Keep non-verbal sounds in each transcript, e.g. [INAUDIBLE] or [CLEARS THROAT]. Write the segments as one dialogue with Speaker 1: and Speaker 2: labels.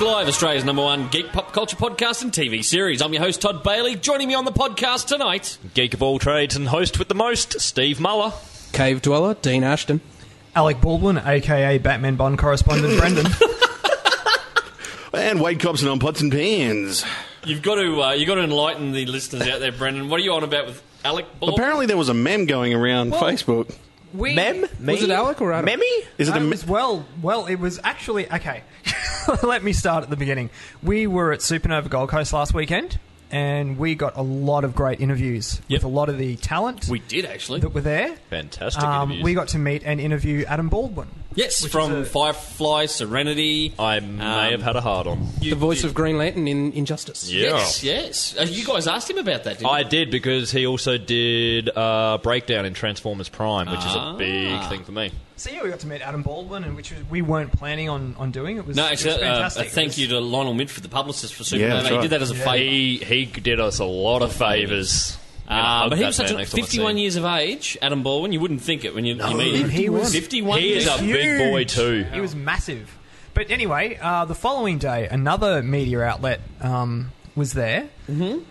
Speaker 1: Live, Australia's number one geek pop culture podcast and TV series. I'm your host, Todd Bailey. Joining me on the podcast tonight, geek of all trades and host with the most, Steve Muller.
Speaker 2: Cave Dweller, Dean Ashton.
Speaker 3: Alec Baldwin, aka Batman
Speaker 1: [LAUGHS]
Speaker 3: Bond correspondent Brendan.
Speaker 4: And Wade Cobson on pots and pans.
Speaker 1: You've got to uh, you've got to enlighten the listeners out there, Brendan. What are you on about with Alec? Baldwin?
Speaker 4: Apparently, there was a mem going around Facebook.
Speaker 1: we, Um,
Speaker 5: Mem? Me?
Speaker 2: Was it Alec or Adam?
Speaker 5: Memmy?
Speaker 4: Is it
Speaker 3: No,
Speaker 4: a mem?
Speaker 3: was well, well, it was actually okay. [LAUGHS] Let me start at the beginning. We were at Supernova Gold Coast last weekend, and we got a lot of great interviews
Speaker 1: Yep.
Speaker 3: with a lot of the talent
Speaker 1: we did actually.
Speaker 3: that were there.
Speaker 5: Fantastic.
Speaker 3: Um,
Speaker 5: interviews.
Speaker 3: we got to meet and interview Adam Baldwin.
Speaker 1: Yes,
Speaker 3: Which
Speaker 1: from
Speaker 3: is a-
Speaker 1: Firefly, Serenity.
Speaker 5: I may
Speaker 1: Um,
Speaker 5: have had a hard on.
Speaker 1: You-
Speaker 2: The voice of Green Lantern in Injustice.
Speaker 5: Yeah.
Speaker 1: Yes, yes. Uh, you guys asked him about that, didn't you?
Speaker 5: I did because he also did uh, breakdown in Transformers Prime, which is
Speaker 1: Ah.
Speaker 5: a big thing for me.
Speaker 3: So yeah, we got to meet Adam Baldwin, and which was, we weren't planning on, on doing. It was
Speaker 1: No,
Speaker 3: it was
Speaker 1: actually, uh, a
Speaker 3: fantastic. It
Speaker 1: thank
Speaker 3: was-
Speaker 1: you to Lionel Midford, the publicist for Superman.
Speaker 4: Yeah, that's
Speaker 1: He
Speaker 4: right.
Speaker 1: did that as a favour.
Speaker 5: He he did us a lot of favors.
Speaker 1: Uh, but he was such a 51 years of age, Adam Baldwin. You wouldn't think it when you, you meet him.
Speaker 3: he was-
Speaker 1: 51.
Speaker 5: He is a
Speaker 1: Huge.
Speaker 5: big boy too.
Speaker 3: He was massive. But anyway, uh, the following day, another media outlet um, was there.
Speaker 5: Was it?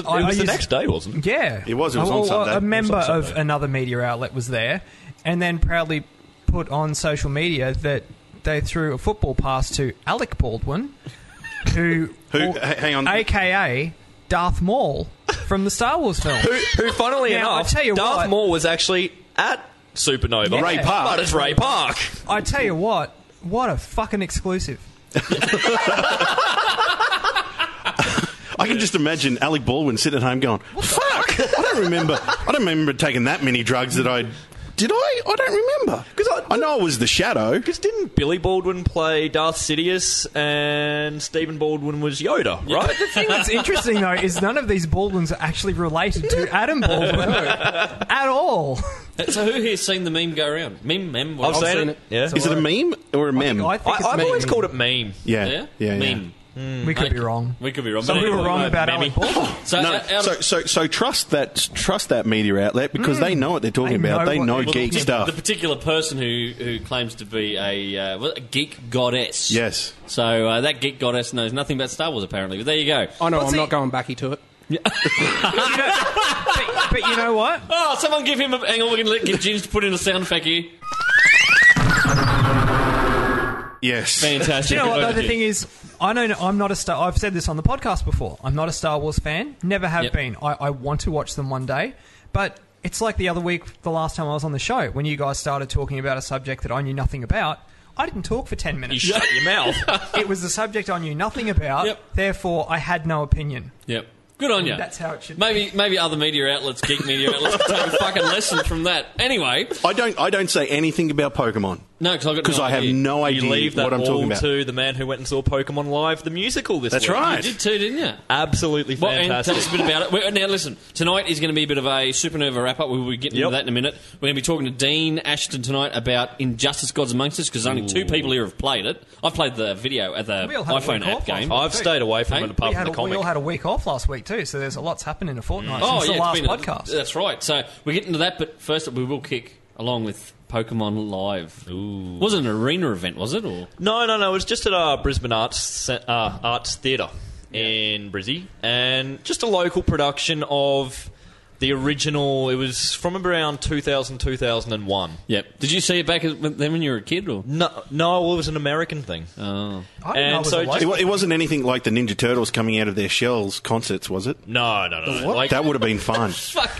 Speaker 5: It
Speaker 3: I- I
Speaker 5: was the
Speaker 3: used-
Speaker 5: next day, wasn't it?
Speaker 3: Yeah,
Speaker 4: It was, it was
Speaker 3: a,
Speaker 4: on
Speaker 3: a-
Speaker 4: Sunday.
Speaker 3: A member
Speaker 5: It was on
Speaker 3: of
Speaker 5: Sunday.
Speaker 3: another media outlet was there, and then proudly put on social media that they threw a football pass to Alec Baldwin, who,
Speaker 4: [LAUGHS] Who- h- hang on.
Speaker 3: aka Darth Maul from the Star Wars film.
Speaker 5: Who, who, [LAUGHS] funnily
Speaker 3: Now, I
Speaker 5: enough,
Speaker 3: tell you
Speaker 5: Darth
Speaker 3: what-
Speaker 5: Maul was actually at Supernova.
Speaker 3: Yeah. Ray
Speaker 4: Park.
Speaker 5: but it's Ray Park.
Speaker 3: I tell you what, what a fucking exclusive.
Speaker 4: I can just imagine Alec Baldwin sitting at home going, "Fuck! I don't remember. I don't remember taking that many drugs that I did. I I don't remember
Speaker 5: 'Cause
Speaker 4: because
Speaker 5: I-
Speaker 4: I, know I was the shadow.
Speaker 5: Because didn't Billy Baldwin play Darth Sidious and Stephen Baldwin was Yoda, right?
Speaker 3: Oh, The thing
Speaker 5: [LAUGHS]
Speaker 3: that's interesting though is none of these Baldwins are actually related to Adam Baldwin at all.
Speaker 5: Hmm.
Speaker 1: So who here's seen the meme go around? Meme, meme. what-
Speaker 5: I've seen,
Speaker 2: seen
Speaker 5: it.
Speaker 2: it.
Speaker 5: Yeah.
Speaker 4: Is it a meme or a mem?
Speaker 3: I
Speaker 5: I,
Speaker 3: think it's
Speaker 5: I've
Speaker 3: me.
Speaker 5: always called it meme.
Speaker 4: yeah,
Speaker 1: Yeah?
Speaker 4: yeah, yeah.
Speaker 1: Meme.
Speaker 3: we could be wrong.
Speaker 1: We could be wrong.
Speaker 3: So
Speaker 1: but
Speaker 3: we were
Speaker 1: anyway,
Speaker 3: wrong about
Speaker 1: meme.
Speaker 3: Alec
Speaker 5: [LAUGHS]
Speaker 3: Baldwin.
Speaker 1: So, uh,
Speaker 4: No,
Speaker 1: out- out
Speaker 4: so
Speaker 1: of-
Speaker 4: so so trust that trust that media outlet because they know what they're talking
Speaker 3: Hmm. They
Speaker 4: about.
Speaker 3: know
Speaker 4: they
Speaker 3: what
Speaker 4: know
Speaker 3: they're
Speaker 4: geek
Speaker 3: talking
Speaker 4: stuff.
Speaker 1: the particular person who, who claims to be a, uh, well, a geek goddess.
Speaker 4: Yes.
Speaker 1: So uh, that geek goddess knows nothing about Star Wars, apparently. But there you go.
Speaker 2: I know,
Speaker 3: Well,
Speaker 2: I'm
Speaker 3: see-
Speaker 2: not going backy to it.
Speaker 3: but, but you know what?
Speaker 1: Oh, someone give him a. Hang on, we're going to get Ginge to put in a sound effect here.
Speaker 4: Yes.
Speaker 1: Fantastic.
Speaker 3: Do you know what?
Speaker 1: Good
Speaker 3: Though,
Speaker 1: on
Speaker 3: the thing is, I know I'm not a Star. I've said this on the podcast before. I'm not a Star Wars fan. Never have
Speaker 1: Yep.
Speaker 3: been. I, I want to watch them one day, but it's like the other week, the last time I was on the show, when you guys started talking about a subject that I knew nothing about. I didn't talk for ten
Speaker 5: You
Speaker 3: minutes.
Speaker 5: [LAUGHS] shut your mouth.
Speaker 3: it was the subject I knew nothing about.
Speaker 1: Yep.
Speaker 3: Therefore, I had no opinion.
Speaker 1: Yep. Good on you.
Speaker 3: That's how it should be.
Speaker 1: Maybe maybe other media outlets, geek media outlets, can take a
Speaker 3: [LAUGHS]
Speaker 1: fucking lesson from that. Anyway,
Speaker 4: I don't I don't say anything about Pokemon
Speaker 1: no, because I got
Speaker 4: 'Cause
Speaker 1: no
Speaker 4: I have
Speaker 1: idea.
Speaker 4: no
Speaker 5: you
Speaker 4: idea
Speaker 5: leave that
Speaker 4: what I'm
Speaker 5: all
Speaker 4: talking about.
Speaker 5: to the man who went and saw Pokemon Live the musical this
Speaker 4: That's
Speaker 5: week.
Speaker 4: right.
Speaker 1: You did too, didn't you?
Speaker 5: Absolutely
Speaker 1: Well, and
Speaker 5: fantastic.
Speaker 1: tell us a bit about it. Well, Now, listen, tonight is going to be a bit of a supernova wrap up. We'll be getting into
Speaker 5: Yep.
Speaker 1: that in a minute. We're going to be talking to Dean Ashton tonight about Injustice Gods Amongst Us because only two people here have played it. I've played the video at the
Speaker 3: We all had a
Speaker 1: iPhone
Speaker 3: week
Speaker 1: app
Speaker 3: off
Speaker 1: game.
Speaker 3: last
Speaker 5: I've stayed away from
Speaker 1: Hey?
Speaker 5: it apart
Speaker 3: We, had a,
Speaker 5: from the
Speaker 3: we all
Speaker 5: comic.
Speaker 3: had a week off last week too, so there's a lot's happened in a fortnight
Speaker 1: Oh,
Speaker 3: since
Speaker 1: yeah,
Speaker 3: the last
Speaker 1: it's been a-
Speaker 3: podcast.
Speaker 1: that's right. So we're getting to that, but first we will kick along with Pokemon Live. Ooh. Wasn't an arena event, was it? Or
Speaker 5: No, no, no. It was just at uh, Brisbane Arts Ce- uh, Arts Theatre in Brizzy, and just a local production of the original. It was from around 2000, 2001.
Speaker 1: Yep. Did you see it back as- when- then when you were a kid? Or
Speaker 5: No, no, well, it was an American thing.
Speaker 1: oh,
Speaker 3: I didn't know
Speaker 5: And
Speaker 3: it was
Speaker 5: so
Speaker 3: a
Speaker 5: just-
Speaker 4: It, wa- it wasn't anything like the Ninja Turtles coming out of their shells concerts, was it?
Speaker 5: No, no, no. no. Like,
Speaker 4: that would have been fun.
Speaker 1: fuck.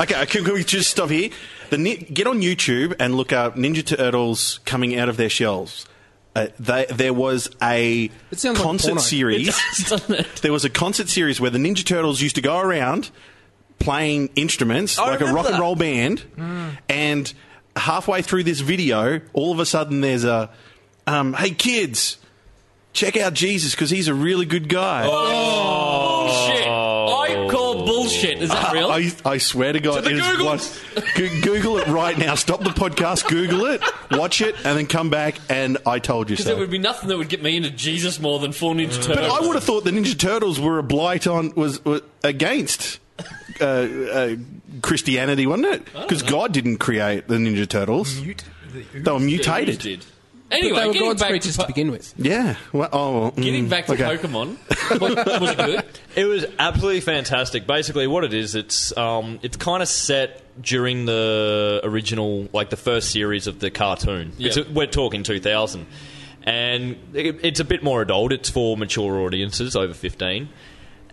Speaker 4: Okay, uh, can, can we just stop here? The nin- get on YouTube and look up Ninja Turtles coming out of their shells. Uh, they, there was a
Speaker 2: It sounds like
Speaker 4: concert
Speaker 2: porno.
Speaker 4: series.
Speaker 1: Doesn't it?
Speaker 4: [LAUGHS] there was a concert series where the Ninja Turtles used to go around playing instruments
Speaker 5: I
Speaker 4: like a
Speaker 5: remember
Speaker 4: rock and
Speaker 5: that.
Speaker 4: roll band. And halfway through this video, all of a sudden there's a, um, hey kids, check out Jesus because he's a really good guy.
Speaker 1: Oh. Shit. I call bullshit. Is that real?
Speaker 4: I, I swear to God,
Speaker 5: the
Speaker 4: it is
Speaker 5: Google.
Speaker 4: one- Go- Google it right now. Stop the podcast, Google it, watch it, and then come back. And I told you
Speaker 1: Because there
Speaker 4: so.
Speaker 1: would be nothing that would get me into Jesus more than Four Ninja Turtles.
Speaker 4: But I would have thought the Ninja Turtles were a blight on was, was against uh, uh, Christianity, wasn't it? Because God didn't create the Ninja Turtles;
Speaker 5: Mm.
Speaker 3: mute. the-
Speaker 4: they were
Speaker 1: Yeah, you
Speaker 4: mutated.
Speaker 1: did. Anyway,
Speaker 2: but they were
Speaker 1: getting
Speaker 2: God's
Speaker 1: back to
Speaker 2: creatures to,
Speaker 1: po-
Speaker 2: begin with.
Speaker 4: Yeah. Well, oh, well, mm,
Speaker 1: Getting back to
Speaker 4: okay.
Speaker 1: Pokemon, was, was it good?
Speaker 5: It was absolutely fantastic. Basically, what it is, it's um, it's kind of set during the original, like the first series of the cartoon. It's
Speaker 1: Yep.
Speaker 5: we're talking 2000, and it, it's a bit more adult. It's for mature audiences over 15,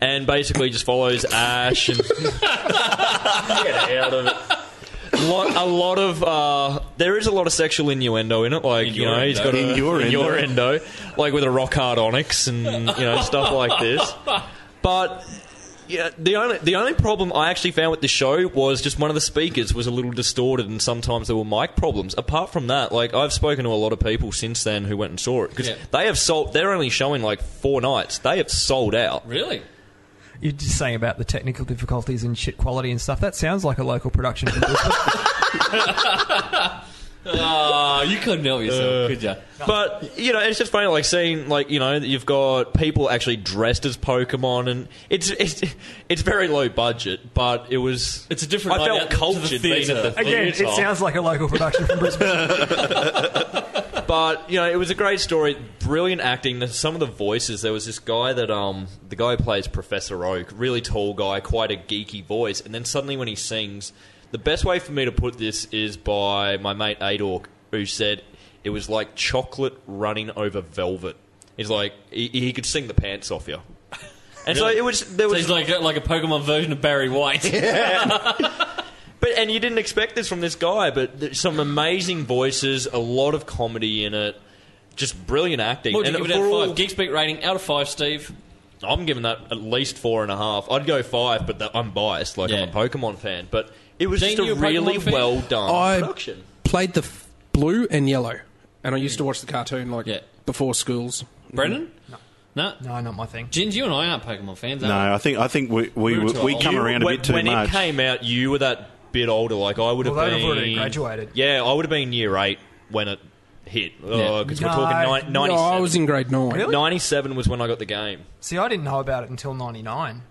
Speaker 5: and basically just follows Ash and [LAUGHS] get out of it. Lot, a lot of uh, there is a lot of sexual innuendo in it, like you know he's got a
Speaker 4: Innuendo.
Speaker 5: innuendo, like with a rock hard onyx and you know stuff like this. But yeah, the only the only problem I actually found with the show was just one of the speakers was a little distorted, and sometimes there were mic problems. Apart from that, like I've spoken to a lot of people since then who went and saw it because
Speaker 1: Yeah.
Speaker 5: they have sold. They're only showing like four nights. They have sold out.
Speaker 1: Really?
Speaker 3: You're just saying about the technical difficulties and shit quality and stuff. That sounds like a local production. from Brisbane.
Speaker 1: Ah, you couldn't help yourself, could you?
Speaker 5: But you know, it's just funny, like seeing, like you know, that you've got people actually dressed as Pokemon, and it's it's it's very low budget, but it was
Speaker 1: It's a different night
Speaker 5: I felt
Speaker 1: out to the
Speaker 5: cultured being
Speaker 1: theatre.
Speaker 5: at the
Speaker 3: Again, it
Speaker 5: theatre.
Speaker 3: sounds like a local production from Brisbane.
Speaker 5: But you know, it was a great story, brilliant acting. The- Some of the voices. There was this guy that um, the guy who plays Professor Oak, really tall guy, quite a geeky voice. And then suddenly when he sings, the best way for me to put this is by my mate Adork, who said it was like chocolate running over velvet. He's like he, he could sing the pants off you. And so it was there
Speaker 1: So
Speaker 5: was
Speaker 1: he's like like a Pokemon version of Barry White.
Speaker 5: But and you didn't expect this from this guy, but there's some amazing voices, a lot of comedy in it, just brilliant acting.
Speaker 1: What would
Speaker 5: and
Speaker 1: you give it out
Speaker 5: for
Speaker 1: of
Speaker 5: all-
Speaker 1: five? Geekspeak rating out of five, Steve.
Speaker 5: I'm giving that at least four and a half. I'd go five, but that, I'm biased. Like I'm
Speaker 1: Yeah.
Speaker 5: a Pokemon fan, but it was
Speaker 1: Dean,
Speaker 5: just
Speaker 1: you
Speaker 5: a
Speaker 1: a Pokemon
Speaker 5: really
Speaker 1: fan?
Speaker 5: well done
Speaker 2: I
Speaker 5: production.
Speaker 2: played the f- blue and yellow, and I used to watch the cartoon like
Speaker 1: Mm. Yeah.
Speaker 2: before schools.
Speaker 1: Brendan? No. No?
Speaker 3: no, not my thing.
Speaker 1: Ginge, you and I aren't Pokemon fans, are we?
Speaker 4: No, I think I think we we,
Speaker 1: We
Speaker 4: we,
Speaker 1: were too old.
Speaker 4: come
Speaker 5: You-
Speaker 4: around a
Speaker 5: when,
Speaker 4: bit too
Speaker 5: when
Speaker 4: much.
Speaker 5: it came out, you were that bit older. Like I would have
Speaker 3: Well, they'd
Speaker 5: been
Speaker 3: have already graduated.
Speaker 5: Yeah, I would have been year eight when it hit.
Speaker 1: Yeah.
Speaker 5: Because
Speaker 3: No,
Speaker 5: we're talking ni-
Speaker 3: no,
Speaker 2: No, I
Speaker 5: 97.
Speaker 2: was in grade nine.
Speaker 3: Really?
Speaker 5: Ninety-seven was when I got the game.
Speaker 3: See, I didn't know about it until '99.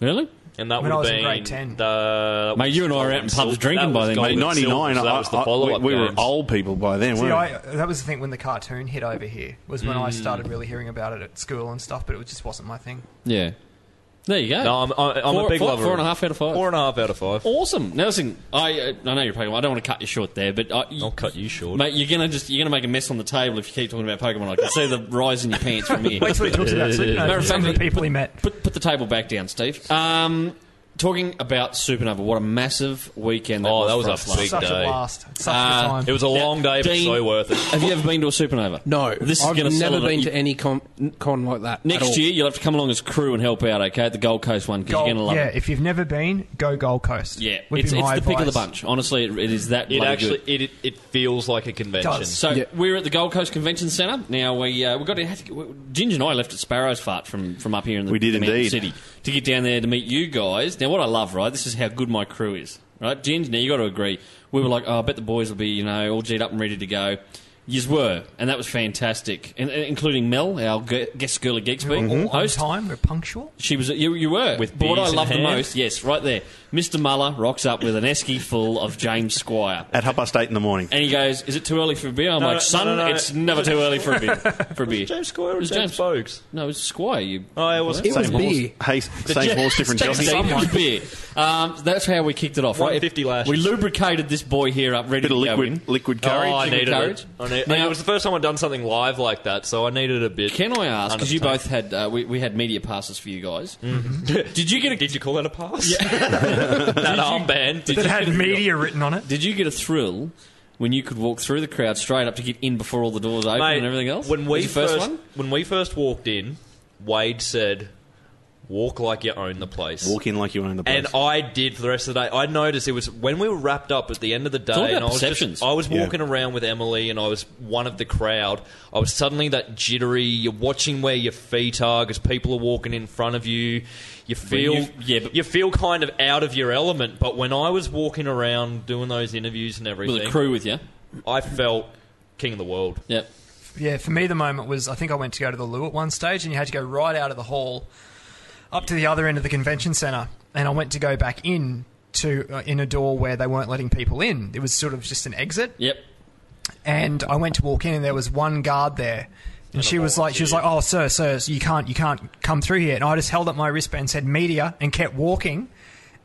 Speaker 1: Really?
Speaker 5: And that
Speaker 3: When
Speaker 5: would
Speaker 3: I
Speaker 5: have
Speaker 3: was
Speaker 5: been
Speaker 3: in grade 10.
Speaker 5: The,
Speaker 1: Mate, you and I were out in pubs drinking by then,
Speaker 4: Mate,
Speaker 1: mate.
Speaker 4: ninety nine.
Speaker 5: That was the follow-up
Speaker 4: we, we were
Speaker 5: games.
Speaker 4: old people by then,
Speaker 3: See,
Speaker 4: weren't we?
Speaker 3: I, that was the thing when the cartoon hit over here was when I started really hearing about it at school and stuff. But it just wasn't my thing.
Speaker 1: Yeah. There you go.
Speaker 5: No, I'm, I- I'm
Speaker 1: Four-
Speaker 5: a big
Speaker 1: four-
Speaker 5: lover.
Speaker 1: four
Speaker 5: of
Speaker 1: and a
Speaker 5: it.
Speaker 1: half out of five.
Speaker 5: Four and a half out of five.
Speaker 1: Awesome. Now listen, I uh, I know you're Pokemon. I don't want to cut you short there, but I,
Speaker 5: I'll cut you short.
Speaker 1: Mate, you're gonna just you're gonna make a mess on the table if you keep talking about Pokemon. I can see the rise in your pants from
Speaker 5: [LAUGHS]
Speaker 1: here.
Speaker 3: That's what he talks about.
Speaker 1: Matter
Speaker 3: Supernova,
Speaker 1: of
Speaker 3: some of
Speaker 1: fact-
Speaker 3: the people he met.
Speaker 1: Put, put the table back down, Steve. Um, talking about Supernova, what a massive weekend! That
Speaker 5: Oh,
Speaker 1: was
Speaker 5: that was
Speaker 1: for
Speaker 5: a
Speaker 1: us last
Speaker 5: big
Speaker 1: night.
Speaker 3: Such
Speaker 5: day.
Speaker 3: a blast. Such a good
Speaker 1: Uh,
Speaker 3: time.
Speaker 5: It was a
Speaker 1: Now,
Speaker 5: long day, but
Speaker 1: Dean-
Speaker 5: so worth it.
Speaker 1: Have you ever been to a Supernova?
Speaker 2: No,
Speaker 1: this is
Speaker 2: I've
Speaker 1: going to
Speaker 2: never been to any con, con like that. at all.
Speaker 1: Next year, you'll have to come along as crew and help out, okay? At the Gold Coast one, because you're
Speaker 3: Gold-
Speaker 1: going to love
Speaker 3: yeah,
Speaker 1: it.
Speaker 3: if you've never been, go Gold Coast.
Speaker 1: Yeah,
Speaker 3: Would
Speaker 1: it's,
Speaker 3: be
Speaker 1: it's
Speaker 3: my
Speaker 1: the pick of the
Speaker 3: advice.
Speaker 1: bunch. Honestly, it, it is that
Speaker 5: It
Speaker 1: bloody
Speaker 5: actually
Speaker 1: good.
Speaker 5: it, it it feels like a convention.
Speaker 3: Does.
Speaker 1: So
Speaker 2: Yeah.
Speaker 1: we're at the Gold Coast Convention Centre. Now we uh, we got to, have to Ginger and I left at Sparrow's Fart from, from up here in the,
Speaker 4: We did
Speaker 1: the mountain
Speaker 4: indeed.
Speaker 1: city to get down there to meet you guys. Now what I love, right? This is how good my crew is, right? Ginger, now you got to agree. We were like, oh, I bet the boys will be you know all G'd up and ready to go. Yous were, and that was fantastic, and, and including Mel, our gu- guest girl at Geeks
Speaker 3: We were
Speaker 4: Mm-hmm.
Speaker 3: all on
Speaker 1: host.
Speaker 3: time. We're punctual.
Speaker 1: She was you. You were.
Speaker 5: With
Speaker 1: but what I
Speaker 5: beers in
Speaker 1: love the
Speaker 5: hand.
Speaker 1: most, yes, right there, Mister Muller rocks up with an esky full of James Squire,
Speaker 4: At half past eight in the morning.
Speaker 1: and he goes, "Is it too early for a beer?" I'm
Speaker 5: No,
Speaker 1: like,
Speaker 5: no,
Speaker 1: "Son,
Speaker 5: no, no, no.
Speaker 1: it's never too early for a beer." For a beer.
Speaker 5: James Squire or
Speaker 1: was
Speaker 5: James
Speaker 1: James-
Speaker 5: Bogues?
Speaker 1: No, it's Squire. You.
Speaker 5: Oh, it was-
Speaker 2: It was
Speaker 4: horse.
Speaker 2: beer.
Speaker 4: Hey, same horse, different
Speaker 1: James
Speaker 4: jockey.
Speaker 1: Squire was beer. Um, that's how we kicked it off. Right,
Speaker 5: 150 lashes.
Speaker 1: We lubricated this boy here up, ready
Speaker 4: Bit
Speaker 1: to
Speaker 4: of
Speaker 1: go in.
Speaker 4: liquid, liquid courage.
Speaker 5: oh, I
Speaker 1: Chicken
Speaker 5: needed
Speaker 1: courage.
Speaker 5: it. I need,
Speaker 1: Now-
Speaker 5: it was the first time I'd done something live like that, so I needed a bit.
Speaker 1: Can I ask? Because you both
Speaker 5: Undertake.
Speaker 1: had uh, we, we had media passes for you guys.
Speaker 5: Mm-hmm.
Speaker 1: [LAUGHS] Did you get a
Speaker 5: Did you call that a pass? [LAUGHS] that armband. Did
Speaker 3: That
Speaker 5: you-
Speaker 3: had media written on it.
Speaker 1: Did you get a thrill when you could walk through the crowd straight up to get in before all the doors open
Speaker 5: Mate,
Speaker 1: and everything else?
Speaker 5: When
Speaker 1: Was
Speaker 5: we
Speaker 1: your
Speaker 5: first,
Speaker 1: first, one,
Speaker 5: when we first walked in, Wade said, "Walk like you own the place."
Speaker 4: Walk in like you own the place.
Speaker 5: And I did for the rest of the day. I noticed it was when we were wrapped up at the end of the day,
Speaker 1: all about
Speaker 5: and I was,
Speaker 1: perceptions.
Speaker 5: just, I was
Speaker 4: Yeah.
Speaker 5: walking around with Emily, and I was one of the crowd. I was suddenly that jittery. You're watching where your feet are because people are walking in front of you. You feel,
Speaker 1: you- yeah, but-
Speaker 5: you feel kind of out of your element. But when I was walking around doing those interviews and
Speaker 1: with
Speaker 5: everything,
Speaker 1: a crew with you.
Speaker 5: I felt king of the world.
Speaker 1: Yep.
Speaker 3: Yeah, for me, the moment was I think I went to go to the loo at one stage, and you had to go right out of the hall up to the other end of the convention centre, and I went to go back in to uh, in a door where they weren't letting people in. It was sort of just an exit.
Speaker 1: Yep.
Speaker 3: and I went to walk in, and there was one guard there, and she was like, she was like, "Oh, sir, sir, you can't, you can't come through here." And I just held up my wristband, and said "media," and kept walking. [CLEARS THROAT]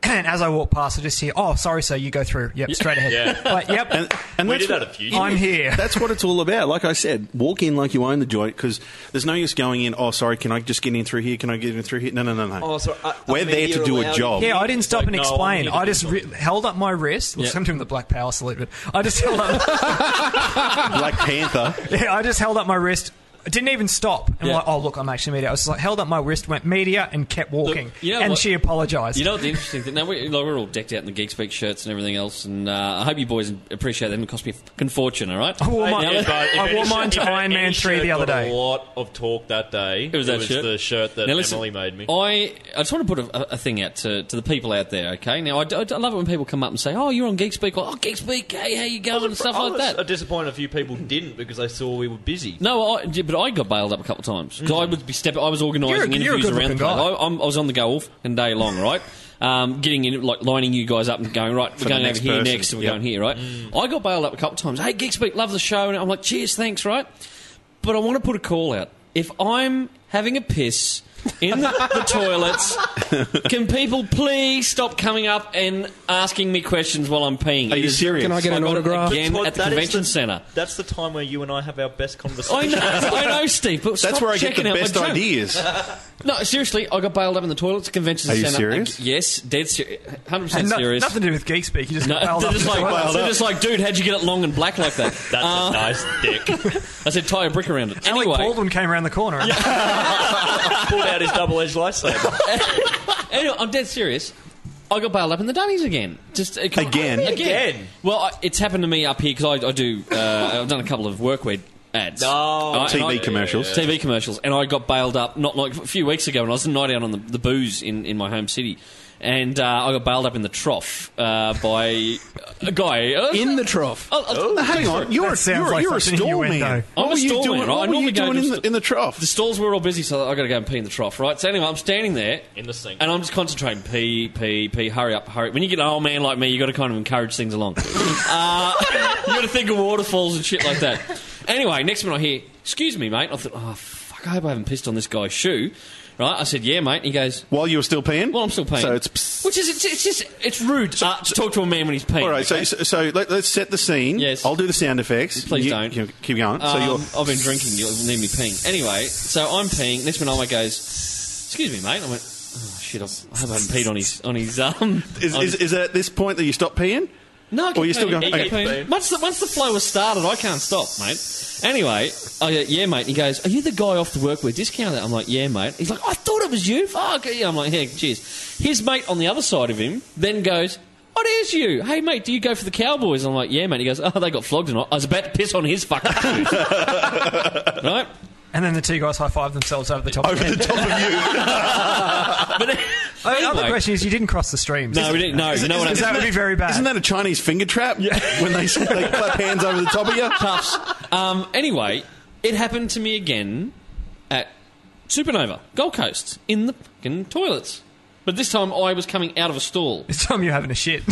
Speaker 3: And as I walked past, I just hear, "Oh, sorry, sir, you go through." Yep, straight ahead.
Speaker 5: Yeah.
Speaker 3: Like, yep,
Speaker 4: And, and
Speaker 5: We
Speaker 4: that's
Speaker 5: did
Speaker 4: what-
Speaker 5: that a few
Speaker 3: I'm
Speaker 5: times.
Speaker 3: here.
Speaker 4: That's what it's all about. Like I said, walk in like you own the joint because there's no use going in. Oh, sorry, can I just get in through here? Can I get in through here? No, no, no, no.
Speaker 5: Oh, sorry, uh,
Speaker 4: We're there
Speaker 5: maybe
Speaker 4: to do
Speaker 5: you're
Speaker 4: a job.
Speaker 3: Yeah, I didn't stop
Speaker 5: Like,
Speaker 3: and
Speaker 5: no,
Speaker 3: explain.
Speaker 5: I'm here to
Speaker 3: I
Speaker 5: do
Speaker 3: just re-
Speaker 5: something.
Speaker 3: held up my wrist. Well,
Speaker 1: Yeah.
Speaker 3: I'm doing the Black Power salute, but I just held up. [LAUGHS]
Speaker 4: Black Panther.
Speaker 3: yeah, I just held up my wrist. I didn't even stop. And
Speaker 1: Yeah.
Speaker 3: like, oh look, I'm actually media. I was like, held up my wrist, went media, and kept walking.
Speaker 1: you know
Speaker 3: and
Speaker 1: what?
Speaker 3: she apologized.
Speaker 1: You know what the interesting thing? Now we, like, we're all decked out in the Geek Speak shirts and everything else, and uh, I hope you boys appreciate them. It cost me a fucking fortune, all right?
Speaker 3: I wore, my,
Speaker 1: Now,
Speaker 5: Yeah, but if
Speaker 3: I
Speaker 5: any
Speaker 3: wore
Speaker 5: shirt-
Speaker 3: mine to
Speaker 5: if
Speaker 3: Iron Man
Speaker 5: any
Speaker 3: 3 the
Speaker 5: shirt
Speaker 3: other
Speaker 5: got
Speaker 3: day.
Speaker 5: A lot of talk that day.
Speaker 1: It was that shirt.
Speaker 5: the shirt that
Speaker 1: Now, listen,
Speaker 5: Emily made me.
Speaker 1: I, I just want to put a, a thing out to, to the people out there, okay? Now, I, d- I d- I love it when people come up and say, oh, you're on Geek Speak, or, oh, Geek Speak, hey, how you going, and stuff
Speaker 5: I
Speaker 1: like
Speaker 5: was
Speaker 1: that.
Speaker 5: uh, disappointed a few people didn't because they saw we were busy.
Speaker 1: No, I, yeah, but I got bailed up a couple of times 'Cause I would be stepping. I was
Speaker 3: You're a-
Speaker 1: organising
Speaker 3: you're a
Speaker 1: interviews around the
Speaker 3: good-looking
Speaker 1: place.
Speaker 3: guy.
Speaker 1: I, I'm, I was on the go all fucking day long, right? Um, getting in, like lining you guys up and going right. We're
Speaker 4: the
Speaker 1: going over
Speaker 4: next
Speaker 1: here
Speaker 4: person.
Speaker 1: next, and we're
Speaker 4: Yep.
Speaker 1: going here, right? I got bailed up a couple of times. Hey, Geek Speak, love the show, and I'm like, cheers, thanks, right? But I want to put a call out. If I'm having a piss in the, the toilets, can people please stop coming up and asking me questions while I'm peeing?
Speaker 4: Are
Speaker 1: It
Speaker 4: you
Speaker 1: is-
Speaker 4: serious?
Speaker 2: Can I get
Speaker 1: I
Speaker 2: an
Speaker 1: got it
Speaker 2: autograph?
Speaker 1: again
Speaker 5: Todd,
Speaker 1: at the
Speaker 5: that is
Speaker 1: convention centre.
Speaker 5: That's the time where you and [LAUGHS] I have our best
Speaker 1: I
Speaker 5: conversation.
Speaker 1: know, I know, Steve. But
Speaker 4: That's
Speaker 1: stop
Speaker 4: where I get the
Speaker 1: checking out my
Speaker 4: best
Speaker 1: junk.
Speaker 4: ideas. That's
Speaker 1: No, seriously, I got bailed up in the toilets at convention
Speaker 4: Are you
Speaker 1: centre.
Speaker 4: serious?
Speaker 1: And- yes, dead serious, hundred
Speaker 3: And
Speaker 1: percent
Speaker 3: no-
Speaker 1: serious.
Speaker 3: Nothing to do with geek speak. You just
Speaker 1: No,
Speaker 3: got bailed
Speaker 1: they're
Speaker 3: up.
Speaker 1: just like,
Speaker 4: Bailed
Speaker 1: they're
Speaker 4: up.
Speaker 1: just like, dude, how'd you get it long and black like that? Uh,
Speaker 5: That's a nice dick.
Speaker 1: I said, tie a brick around it.
Speaker 3: Alec
Speaker 1: Anyway,
Speaker 3: Baldwin came around the corner.
Speaker 5: [LAUGHS] Pulled out his double-edged lightsaber.
Speaker 1: [LAUGHS] anyway, I'm dead serious. I got bailed up in the dunnies again. Just uh, come-
Speaker 4: Again?
Speaker 5: Again?
Speaker 1: Well, I, it's happened to me up here because I, I do. Uh, I've done a couple of workwear ads.
Speaker 5: Oh.
Speaker 1: Uh, and
Speaker 4: TV
Speaker 1: I-
Speaker 4: commercials.
Speaker 1: TV commercials, and I got bailed up not like a few weeks ago, and I was a night out on the, the booze in, in my home city, and uh, I got bailed up in the trough uh, by a guy oh, Uh,
Speaker 2: In the trough.
Speaker 1: I'll- I'll-
Speaker 4: Hang on, you're,
Speaker 3: That
Speaker 4: a,
Speaker 3: sounds
Speaker 4: you're,
Speaker 3: like
Speaker 4: you're a
Speaker 3: such an
Speaker 4: stall
Speaker 3: innuendo.
Speaker 4: man.
Speaker 1: I'm
Speaker 4: what
Speaker 1: a
Speaker 4: were you
Speaker 1: stall
Speaker 4: doing,
Speaker 1: man, right? I
Speaker 4: what were
Speaker 1: normally
Speaker 4: you
Speaker 1: go
Speaker 4: doing
Speaker 1: to
Speaker 4: in
Speaker 1: st-
Speaker 4: the, in the trough?
Speaker 1: The stalls were all busy, so I got to go and pee in the trough, right? So anyway, I'm standing there
Speaker 5: [LAUGHS] In the sink.
Speaker 1: and I'm just concentrating. Pee, pee, pee. Hurry up, hurry. When you get an old man like me, you got to kind of encourage things along. uh, you got to think of waterfalls and shit like that. Anyway, next minute I hear, "Excuse me, mate." I thought, "Oh fuck, I hope I haven't pissed on this guy's shoe." Right? I said, "Yeah, mate." He goes,
Speaker 4: While you were still peeing?
Speaker 1: "Well, I'm still peeing."
Speaker 4: So it's. psst.
Speaker 1: which is it's, it's just it's rude uh, to talk to a man when he's peeing.
Speaker 4: All right, so,
Speaker 1: okay?
Speaker 4: so, so let, us set the scene.
Speaker 1: Yes.
Speaker 4: I'll do the sound effects.
Speaker 1: Please
Speaker 4: You-
Speaker 1: don't.
Speaker 4: you keep going. so
Speaker 1: Um,
Speaker 4: you're.
Speaker 1: I've been drinking. You'll need me peeing. Anyway, so I'm peeing. Next minute, I goes, "Excuse me, mate." I went, "Oh shit! I've, I haven't peed on his on his um."
Speaker 4: Is,
Speaker 1: on
Speaker 4: is,
Speaker 1: his-
Speaker 4: is it at this point that you stop peeing?
Speaker 1: no, I
Speaker 4: or you're
Speaker 1: keep
Speaker 4: still
Speaker 1: peeing.
Speaker 4: going-
Speaker 1: I keep
Speaker 5: okay.
Speaker 1: peeing. Once the, once the flow was started, I can't stop, mate. Anyway, I go, yeah, mate. He goes, "Are you the guy off the work with discount?" I'm like, "Yeah, mate." He's like, "I thought it was you." Fuck. Yeah, I'm like, "Yeah, cheers." His mate on the other side of him then goes. What is you? Hey mate, do you go for the Cowboys? I'm like, yeah, mate. He goes, oh, they got flogged tonight. I was about to piss on his fucking
Speaker 3: [LAUGHS]
Speaker 1: shoes, right?
Speaker 3: [LAUGHS] and then the two guys high five themselves over the top.
Speaker 4: [LAUGHS] Over the top
Speaker 3: [LAUGHS]
Speaker 4: of you.
Speaker 1: But
Speaker 3: Uh, The
Speaker 1: anyway.
Speaker 3: other question is, you didn't cross the streams.
Speaker 1: No, we didn't. No, no one
Speaker 3: Because
Speaker 1: has
Speaker 3: that would be very bad.
Speaker 4: Isn't that a Chinese finger trap? Yeah. [LAUGHS] when they, they clap hands over the top of you?
Speaker 1: cuffs. Um, anyway, it happened to me again at Supernova, Gold Coast, in the fucking toilets. But this time I was coming out of a stall.
Speaker 3: [LAUGHS] This time you're having a shit.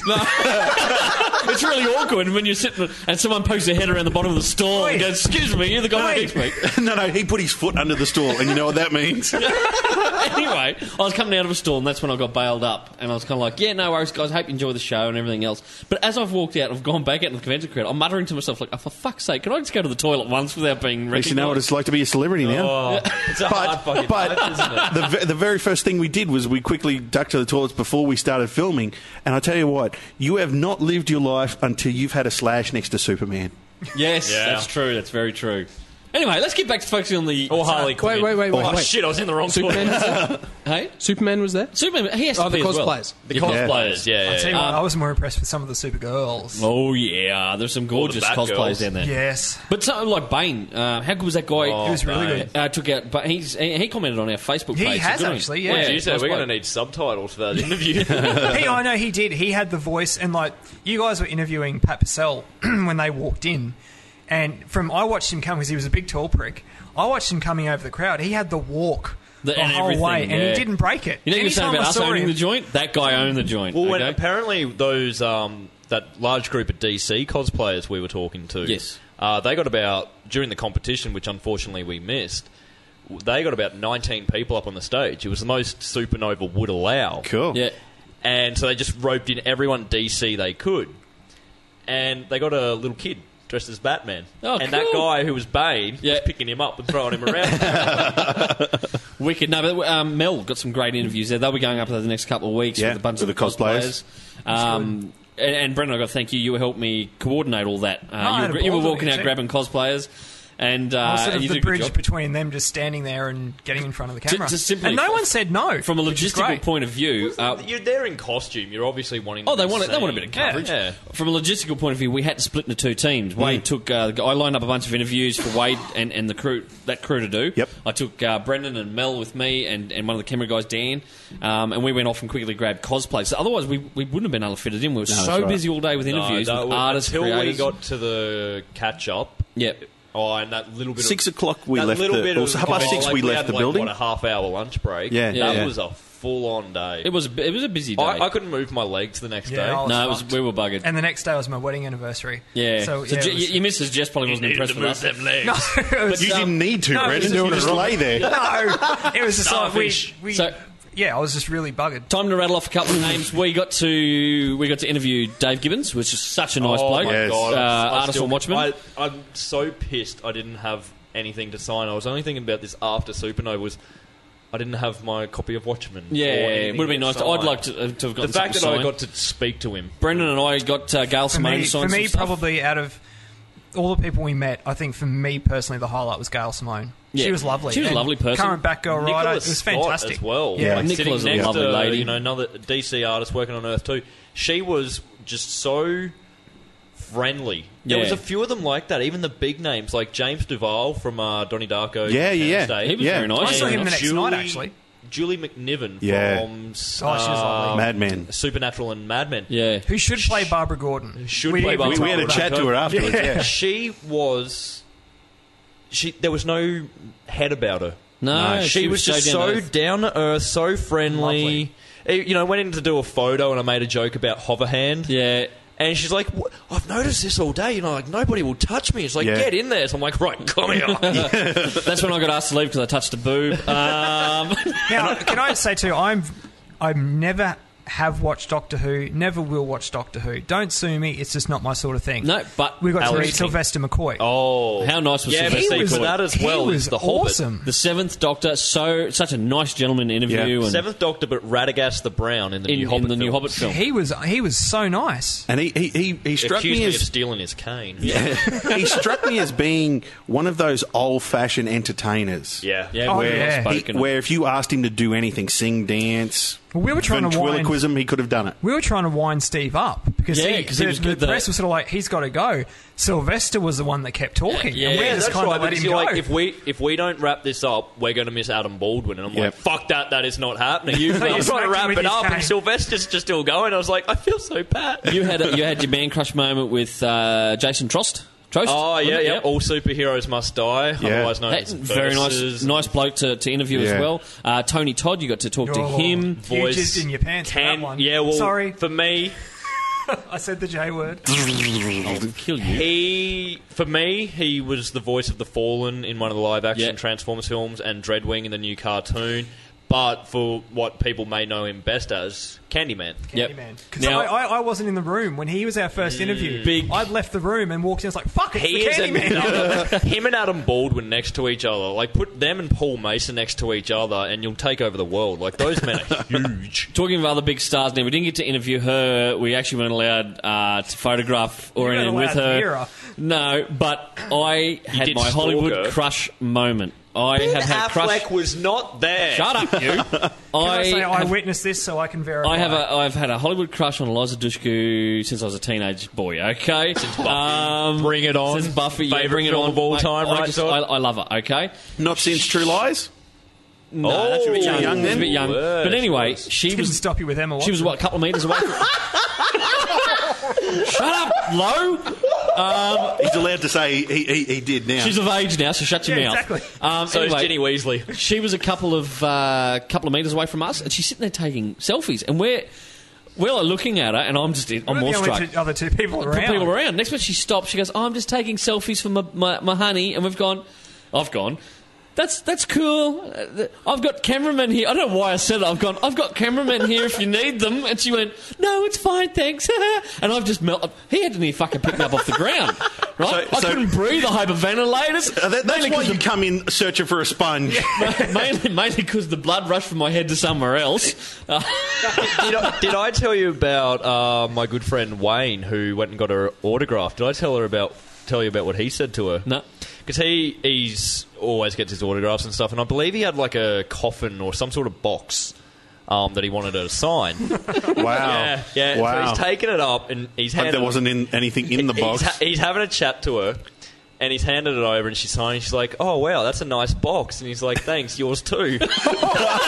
Speaker 1: It's really awkward when you're sitting and someone pokes their head around the bottom of the stall and
Speaker 3: Oi.
Speaker 1: goes, Excuse me, you're the guy
Speaker 3: Oi.
Speaker 1: next week.
Speaker 4: [LAUGHS] [LAUGHS] no, no, he put his foot under the stool, and you know what that [LAUGHS] means.
Speaker 1: anyway, I was coming out of a store, and that's when I got bailed up. And I was kind of like, yeah, no worries, guys. Hope you enjoy the show and everything else. But as I've walked out, I've gone back out into the convention crowd. I'm muttering to myself, like, oh, for fuck's sake, can I just go to the toilet once without being
Speaker 4: At least you know what
Speaker 1: recognised?
Speaker 4: it's like to be a celebrity now. [LAUGHS]
Speaker 5: Oh, it's a hard
Speaker 4: But,
Speaker 5: fucking
Speaker 4: but
Speaker 5: life, isn't it?
Speaker 4: the, ve- the very first thing we did was we quickly ducked to the toilets before we started filming. And I tell you what, you have not lived your life until you've had a slash next to Superman.
Speaker 1: Yes,
Speaker 5: Yeah.
Speaker 1: that's true. That's very true. Anyway, let's get back to focusing on the.
Speaker 5: Or Harley Quinn.
Speaker 2: wait, wait, wait,
Speaker 5: Oh,
Speaker 2: wait.
Speaker 5: shit, I was in the wrong
Speaker 2: Superman
Speaker 5: toilet.
Speaker 2: was there?
Speaker 1: [LAUGHS] Hey?
Speaker 2: Superman was there?
Speaker 1: Superman, he has to
Speaker 2: Oh, the
Speaker 1: pee as well.
Speaker 2: cosplayers.
Speaker 1: The
Speaker 4: Yeah.
Speaker 1: cosplayers, [LAUGHS] yeah. Um,
Speaker 5: Yeah,
Speaker 3: I'll tell you what, I was more impressed with some of the supergirls.
Speaker 1: Oh, yeah. There's some gorgeous
Speaker 5: Batgirls.
Speaker 1: cosplayers down there. [LAUGHS]
Speaker 3: [LAUGHS] Yes.
Speaker 1: But something like Bane, uh, how good was that guy?
Speaker 5: Oh,
Speaker 3: He was really
Speaker 5: mate.
Speaker 3: good.
Speaker 1: Uh, took out, but he's, he he commented on our Facebook
Speaker 3: He
Speaker 1: page. so
Speaker 3: has
Speaker 1: good on him.
Speaker 3: actually, yeah.
Speaker 5: As you said,
Speaker 1: nice
Speaker 5: we're
Speaker 1: bloke.
Speaker 5: going to need subtitles for that interview.
Speaker 3: he, I know he did. He had the voice, and like you guys were interviewing Pat Purcell [CLEARS THROAT] when they walked in, and from I watched him come because he was a big tall prick. I watched him coming over the crowd. He had the walk
Speaker 1: The-
Speaker 3: the,
Speaker 1: and
Speaker 3: whole
Speaker 1: everything,
Speaker 3: way, and
Speaker 1: yeah.
Speaker 3: he didn't break it.
Speaker 1: You know, you're saying
Speaker 3: Anytime
Speaker 1: about
Speaker 3: I
Speaker 1: us
Speaker 3: saw
Speaker 1: owning
Speaker 3: him-
Speaker 1: the joint. That guy owned the joint.
Speaker 5: [LAUGHS] Well, when
Speaker 1: okay?
Speaker 5: apparently those um, that large group of DC cosplayers we were talking to,
Speaker 1: Yes.
Speaker 5: Uh, they got about during the competition, which unfortunately we missed. They got about 19 people up on the stage. It was the most Supernova would allow.
Speaker 4: Cool.
Speaker 1: Yeah.
Speaker 5: And so they just roped in everyone DC they could. And they got a little kid dressed as Batman.
Speaker 1: Oh,
Speaker 5: and that
Speaker 1: cool.
Speaker 5: guy who was Bane
Speaker 1: Yeah.
Speaker 5: was picking him up and throwing
Speaker 1: [LAUGHS]
Speaker 5: him around.
Speaker 1: Wicked. No, but um, Mel got some great interviews there. They'll be going up over the next couple of weeks
Speaker 4: Yeah,
Speaker 1: with a bunch
Speaker 4: with
Speaker 1: of
Speaker 4: the cosplayers.
Speaker 1: cosplayers. Um, and, and Brendan, I've got to thank you. You helped me coordinate all that. Uh,
Speaker 3: I
Speaker 1: you,
Speaker 3: had a
Speaker 1: were, you were
Speaker 3: ball doing
Speaker 1: walking
Speaker 3: it
Speaker 1: out
Speaker 3: too.
Speaker 1: grabbing cosplayers, and, uh,
Speaker 3: I was sort
Speaker 1: and
Speaker 3: of
Speaker 1: you
Speaker 3: the
Speaker 1: did a good
Speaker 3: bridge
Speaker 1: job.
Speaker 3: between them just standing there and getting in front of the camera.
Speaker 1: just simply-
Speaker 3: and no one said no.
Speaker 1: From a
Speaker 3: which is
Speaker 1: logistical
Speaker 3: great.
Speaker 1: point of view, uh,
Speaker 5: You're there in costume. You're obviously wanting.
Speaker 1: Oh,
Speaker 5: to
Speaker 1: they
Speaker 5: be
Speaker 1: want it- they
Speaker 5: seen.
Speaker 1: want a bit of coverage.
Speaker 5: Yeah.
Speaker 1: From a logistical point of view, we had to split into two teams.
Speaker 5: Hmm.
Speaker 1: Wade took. Uh, I lined up a bunch of interviews for Wade and, and the crew that crew to do.
Speaker 4: Yep.
Speaker 1: I took uh, Brendan and Mel with me, and, and one of the camera guys, Dan, um, and we went off and quickly grabbed cosplay. So otherwise, we, we wouldn't have been able to fit it in. We were so
Speaker 4: right.
Speaker 1: busy all day with interviews
Speaker 5: No, that
Speaker 1: with
Speaker 5: was-
Speaker 1: artists,
Speaker 5: until
Speaker 1: creators.
Speaker 5: we got to the catch up.
Speaker 1: Yep.
Speaker 5: Oh, and that little bit.
Speaker 4: Six
Speaker 5: of,
Speaker 4: o'clock we
Speaker 5: that
Speaker 4: left
Speaker 5: little
Speaker 4: the-
Speaker 5: bit
Speaker 4: or
Speaker 5: of-
Speaker 4: half past
Speaker 5: oh,
Speaker 4: six
Speaker 5: like,
Speaker 4: we left
Speaker 5: had,
Speaker 4: the
Speaker 5: like,
Speaker 4: building.
Speaker 5: What a half hour lunch break.
Speaker 4: Yeah,
Speaker 5: that
Speaker 1: yeah.
Speaker 5: was a full on day.
Speaker 1: it was a, it was a busy day.
Speaker 5: I, I couldn't move my legs the next
Speaker 3: Yeah,
Speaker 5: day.
Speaker 3: I was
Speaker 1: no, it was,
Speaker 3: fucked.
Speaker 1: we were buggered.
Speaker 3: And the next day was my wedding anniversary.
Speaker 1: yeah.
Speaker 3: So,
Speaker 1: So,
Speaker 3: yeah,
Speaker 1: Je-
Speaker 3: it was-
Speaker 1: your missus Jess probably
Speaker 3: [LAUGHS]
Speaker 1: wasn't impressed with us.
Speaker 3: no, [LAUGHS]
Speaker 1: [LAUGHS]
Speaker 3: it was,
Speaker 4: You
Speaker 5: um,
Speaker 4: didn't need to, Brendan. You just lay there.
Speaker 3: no, [LAUGHS] it was just like we,
Speaker 5: Starfish.
Speaker 3: we
Speaker 1: So-
Speaker 3: yeah, I was just really buggered.
Speaker 1: Time to rattle off a couple of names. We got to we got to interview Dave Gibbons, which is such a nice
Speaker 5: oh
Speaker 1: bloke.
Speaker 5: My
Speaker 4: Yes.
Speaker 5: God, I-
Speaker 1: Uh,
Speaker 5: I
Speaker 1: artist
Speaker 5: still-
Speaker 1: on Watchmen.
Speaker 5: I, I'm so pissed. I didn't have anything to sign. I was only thinking about this after Supernova was. I didn't have my copy of Watchmen.
Speaker 1: yeah,
Speaker 5: or
Speaker 1: it
Speaker 5: anything
Speaker 1: would have been
Speaker 5: to
Speaker 1: nice. To,
Speaker 5: sign.
Speaker 1: I'd like to, uh, to have gotten
Speaker 5: the fact that
Speaker 1: something
Speaker 5: I
Speaker 1: signed.
Speaker 5: got to speak to him.
Speaker 1: Brendan and I got uh, Gail
Speaker 3: For
Speaker 1: Simone
Speaker 3: me,
Speaker 1: to sign
Speaker 3: for
Speaker 1: some
Speaker 3: me
Speaker 1: stuff.
Speaker 3: probably out of all the people we met, I think for me personally, the highlight was Gail Simone.
Speaker 1: Yeah.
Speaker 3: She was lovely.
Speaker 1: She was a
Speaker 3: And
Speaker 1: lovely person.
Speaker 3: Current back girl
Speaker 5: Nicola
Speaker 3: rider. It was
Speaker 5: Scott
Speaker 3: fantastic.
Speaker 5: as well.
Speaker 3: Yeah.
Speaker 5: like
Speaker 1: Nicola's
Speaker 5: sitting
Speaker 1: a
Speaker 5: next
Speaker 1: lovely
Speaker 5: to,
Speaker 1: lady.
Speaker 5: You know, another DC artist working on Earth too. She was just so friendly. There
Speaker 1: Yeah.
Speaker 5: was a few of them like that. Even the big names like James Duval from uh, Donnie Darko.
Speaker 4: Yeah,
Speaker 5: Japan
Speaker 4: yeah,
Speaker 5: State.
Speaker 1: He was
Speaker 4: Yeah.
Speaker 1: very nice.
Speaker 3: I saw
Speaker 1: Yeah.
Speaker 3: him the next night, actually.
Speaker 5: Julie McNiven
Speaker 4: Yeah.
Speaker 5: from
Speaker 3: was
Speaker 5: uh,
Speaker 3: lovely.
Speaker 4: Mad Men.
Speaker 5: Supernatural and Mad Men.
Speaker 1: Yeah.
Speaker 3: Who should play Barbara Gordon?
Speaker 5: Should play
Speaker 3: even
Speaker 5: Barbara
Speaker 4: We, we had a
Speaker 3: talked
Speaker 4: chat
Speaker 3: about
Speaker 4: to her afterwards. Yeah.
Speaker 5: She was. She there was no head about her.
Speaker 1: No,
Speaker 5: she, was, just
Speaker 1: down
Speaker 5: so
Speaker 1: to earth.
Speaker 5: down to earth, so friendly.
Speaker 3: Lovely.
Speaker 5: Eh, You know, went in to do a photo and I made a joke about hover hand.
Speaker 1: Yeah.
Speaker 5: And she's like, "Wha- I've noticed this all day. You know, like nobody will touch me. It's like,
Speaker 4: Yeah.
Speaker 5: get in there. So I'm like, right, come here.
Speaker 1: [LAUGHS] That's when I got asked to leave because I touched a boob. Um,
Speaker 3: Now, can I say too? I'm I'm never have watched Doctor Who. Never will watch Doctor Who. Don't sue me. It's just not my sort of thing.
Speaker 1: no, but
Speaker 3: we got to
Speaker 1: Alex
Speaker 3: meet Sylvester McCoy.
Speaker 5: oh,
Speaker 1: How nice was
Speaker 5: yeah, but
Speaker 1: Sylvester
Speaker 5: see,
Speaker 1: was-
Speaker 5: for that as
Speaker 3: he
Speaker 5: well
Speaker 3: was
Speaker 5: is the Hobbit.
Speaker 3: awesome.
Speaker 1: the seventh Doctor, so such a nice gentleman interview
Speaker 4: Yeah.
Speaker 1: and
Speaker 5: Seventh Doctor, but Radagast the Brown in the
Speaker 1: in,
Speaker 5: new
Speaker 1: in
Speaker 5: Hobbit.
Speaker 1: the new
Speaker 5: film.
Speaker 1: Hobbit film.
Speaker 3: He was he was so nice.
Speaker 4: And he, he, he, he struck
Speaker 5: Accused
Speaker 4: me
Speaker 5: me of
Speaker 4: as
Speaker 5: stealing his cane.
Speaker 4: he struck me as [LAUGHS] being one of those old fashioned entertainers.
Speaker 5: yeah,
Speaker 1: yeah,
Speaker 3: Oh,
Speaker 1: very
Speaker 3: yeah.
Speaker 1: well
Speaker 4: He-
Speaker 1: spoken.
Speaker 4: where if you asked him to do anything, sing, dance,
Speaker 3: Well, we were trying to wind
Speaker 4: ventriloquism, he could have done it.
Speaker 3: we were trying to wind Steve up because
Speaker 1: Yeah,
Speaker 3: he,
Speaker 1: 'cause he
Speaker 3: the,
Speaker 1: was
Speaker 3: the
Speaker 1: good, though.
Speaker 3: press was sort of like he's got to go. Sylvester was the one that kept talking.
Speaker 1: Yeah,
Speaker 3: and we
Speaker 1: yeah,
Speaker 3: just
Speaker 5: that's
Speaker 3: kind
Speaker 5: right.
Speaker 3: of let
Speaker 5: because
Speaker 3: him
Speaker 5: you're
Speaker 3: go.
Speaker 5: like, if we if we don't wrap this up, we're going to miss Adam Baldwin. And I'm
Speaker 4: Yep.
Speaker 5: like, fuck that, that is not happening.
Speaker 3: [LAUGHS]
Speaker 5: You
Speaker 3: No,
Speaker 5: I'm
Speaker 3: you
Speaker 5: trying
Speaker 3: smacked
Speaker 5: to
Speaker 3: him
Speaker 5: wrap
Speaker 3: with
Speaker 5: it
Speaker 3: his
Speaker 5: up,
Speaker 3: cane.
Speaker 5: and Sylvester's just still going. I was like, I feel so bad.
Speaker 1: you had you had your man crush moment with uh, Jason Trost. Trost.
Speaker 5: [LAUGHS] Oh
Speaker 1: wasn't
Speaker 5: yeah,
Speaker 1: it?
Speaker 5: yeah. All superheroes must die, otherwise known
Speaker 1: That-
Speaker 5: as
Speaker 1: very nice,
Speaker 5: verses.
Speaker 1: nice bloke to, to interview
Speaker 4: Yeah.
Speaker 1: as well. Uh, Tony Todd, you got to talk
Speaker 3: Oh,
Speaker 1: to him.
Speaker 3: you
Speaker 5: voice
Speaker 3: jizzed in your pants. for
Speaker 5: Can
Speaker 3: that one.
Speaker 5: yeah, well,
Speaker 3: sorry,
Speaker 5: for me,
Speaker 3: I said the J word.
Speaker 1: Kill you.
Speaker 5: he for me he was the voice of the Fallen in one of the live action
Speaker 1: Yeah.
Speaker 5: Transformers films and Dreadwing in the new cartoon. But for what people may know him best as, Candyman.
Speaker 1: Yep.
Speaker 3: Because
Speaker 1: Now- Mm.
Speaker 3: I, I, I wasn't in the room when he was our first interview.
Speaker 1: Big-
Speaker 3: I'd left the room and walked in. I was like, "Fuck, it's
Speaker 5: He
Speaker 3: the
Speaker 5: is
Speaker 1: [LAUGHS]
Speaker 3: Candyman."
Speaker 5: [LAUGHS] another, him and Adam Baldwin next to each other. Like put them and Paul Mason next to each other, and you'll take over the world. Like those men [LAUGHS] are huge.
Speaker 1: [LAUGHS] Talking of other big stars, now we didn't get to interview her. We actually weren't allowed uh, to photograph or
Speaker 3: You weren't
Speaker 1: anything with
Speaker 3: allowed to
Speaker 1: her.
Speaker 3: hear her.
Speaker 1: No, but I had
Speaker 5: did
Speaker 1: my
Speaker 5: stalk
Speaker 1: Hollywood
Speaker 5: her.
Speaker 1: crush moment. I have had crush.
Speaker 5: was not there.
Speaker 1: Shut up, you.
Speaker 3: I, say, I
Speaker 1: have-
Speaker 3: witnessed this, so I can verify.
Speaker 1: I have a, I've had a Hollywood crush on Eliza Dushku since I was a teenage boy. Okay, since um,
Speaker 5: Bring it on.
Speaker 1: Since Buffy, yeah,
Speaker 5: Favourite
Speaker 1: bring it
Speaker 5: film
Speaker 1: on
Speaker 5: of all
Speaker 1: I-
Speaker 5: time,
Speaker 1: I,
Speaker 5: right,
Speaker 1: just-
Speaker 5: Todd?
Speaker 1: I, I love her. Okay,
Speaker 4: Not since True Lies.
Speaker 1: no,
Speaker 5: Oh,
Speaker 1: that's a bit young.
Speaker 4: young
Speaker 1: That's a
Speaker 4: then?
Speaker 1: bit young.
Speaker 5: Worse,
Speaker 1: but anyway,
Speaker 5: worse.
Speaker 1: she
Speaker 3: Didn't
Speaker 1: was
Speaker 3: stop you with Emma.
Speaker 1: She was what, a couple of metres away?
Speaker 5: [LAUGHS]
Speaker 1: shut up, low.
Speaker 4: He's allowed to say he, he, he did now.
Speaker 1: She's of age now, so shut your
Speaker 3: Yeah,
Speaker 1: mouth.
Speaker 3: exactly.
Speaker 1: Um,
Speaker 5: So
Speaker 1: anyway,
Speaker 5: is Jenny [LAUGHS] Weasley.
Speaker 1: she was a couple of uh, couple of metres away from us, and she's sitting there taking selfies, and we're we are looking at her, and I'm just I'm
Speaker 3: We're the
Speaker 1: awestruck.
Speaker 3: only two, other two people
Speaker 1: Put
Speaker 3: around.
Speaker 1: people around. Next minute she stops. She goes, oh, "I'm just taking selfies for my, my, my honey," and we've gone. I've gone. That's that's cool. Uh, th- I've got cameramen here. I don't know why I said that. I've gone. I've got cameramen here if you need them. And she went, "No, it's fine, thanks." [LAUGHS] and I've just melted. He hadn't even fucking picked me up off the ground. Right?
Speaker 4: So-
Speaker 1: I
Speaker 4: so-
Speaker 1: couldn't breathe. I hyperventilated.
Speaker 4: Uh, that- that's
Speaker 1: Mainly
Speaker 4: why
Speaker 1: 'cause
Speaker 4: you come in searching for a sponge.
Speaker 1: [LAUGHS] the- mainly mainly because the blood rushed from my head to somewhere else. Uh,
Speaker 5: did, I, did I tell you about uh, my good friend Wayne who went and got her autograph? Did I tell her about tell you about what he said to her?
Speaker 1: No.
Speaker 5: because he he's always gets his autographs and stuff, and I believe he had like a coffin or some sort of box um, that he wanted her to sign.
Speaker 4: Wow.
Speaker 5: yeah, yeah.
Speaker 4: Wow.
Speaker 5: So he's taken it up and he's
Speaker 4: Hope
Speaker 5: handed.
Speaker 4: there wasn't in, anything in the box.
Speaker 5: [LAUGHS] He's, ha- he's having a chat to her, and he's handed it over, and she's signing. She's like, "Oh wow, that's a nice box," and he's like, "Thanks, yours too." [LAUGHS]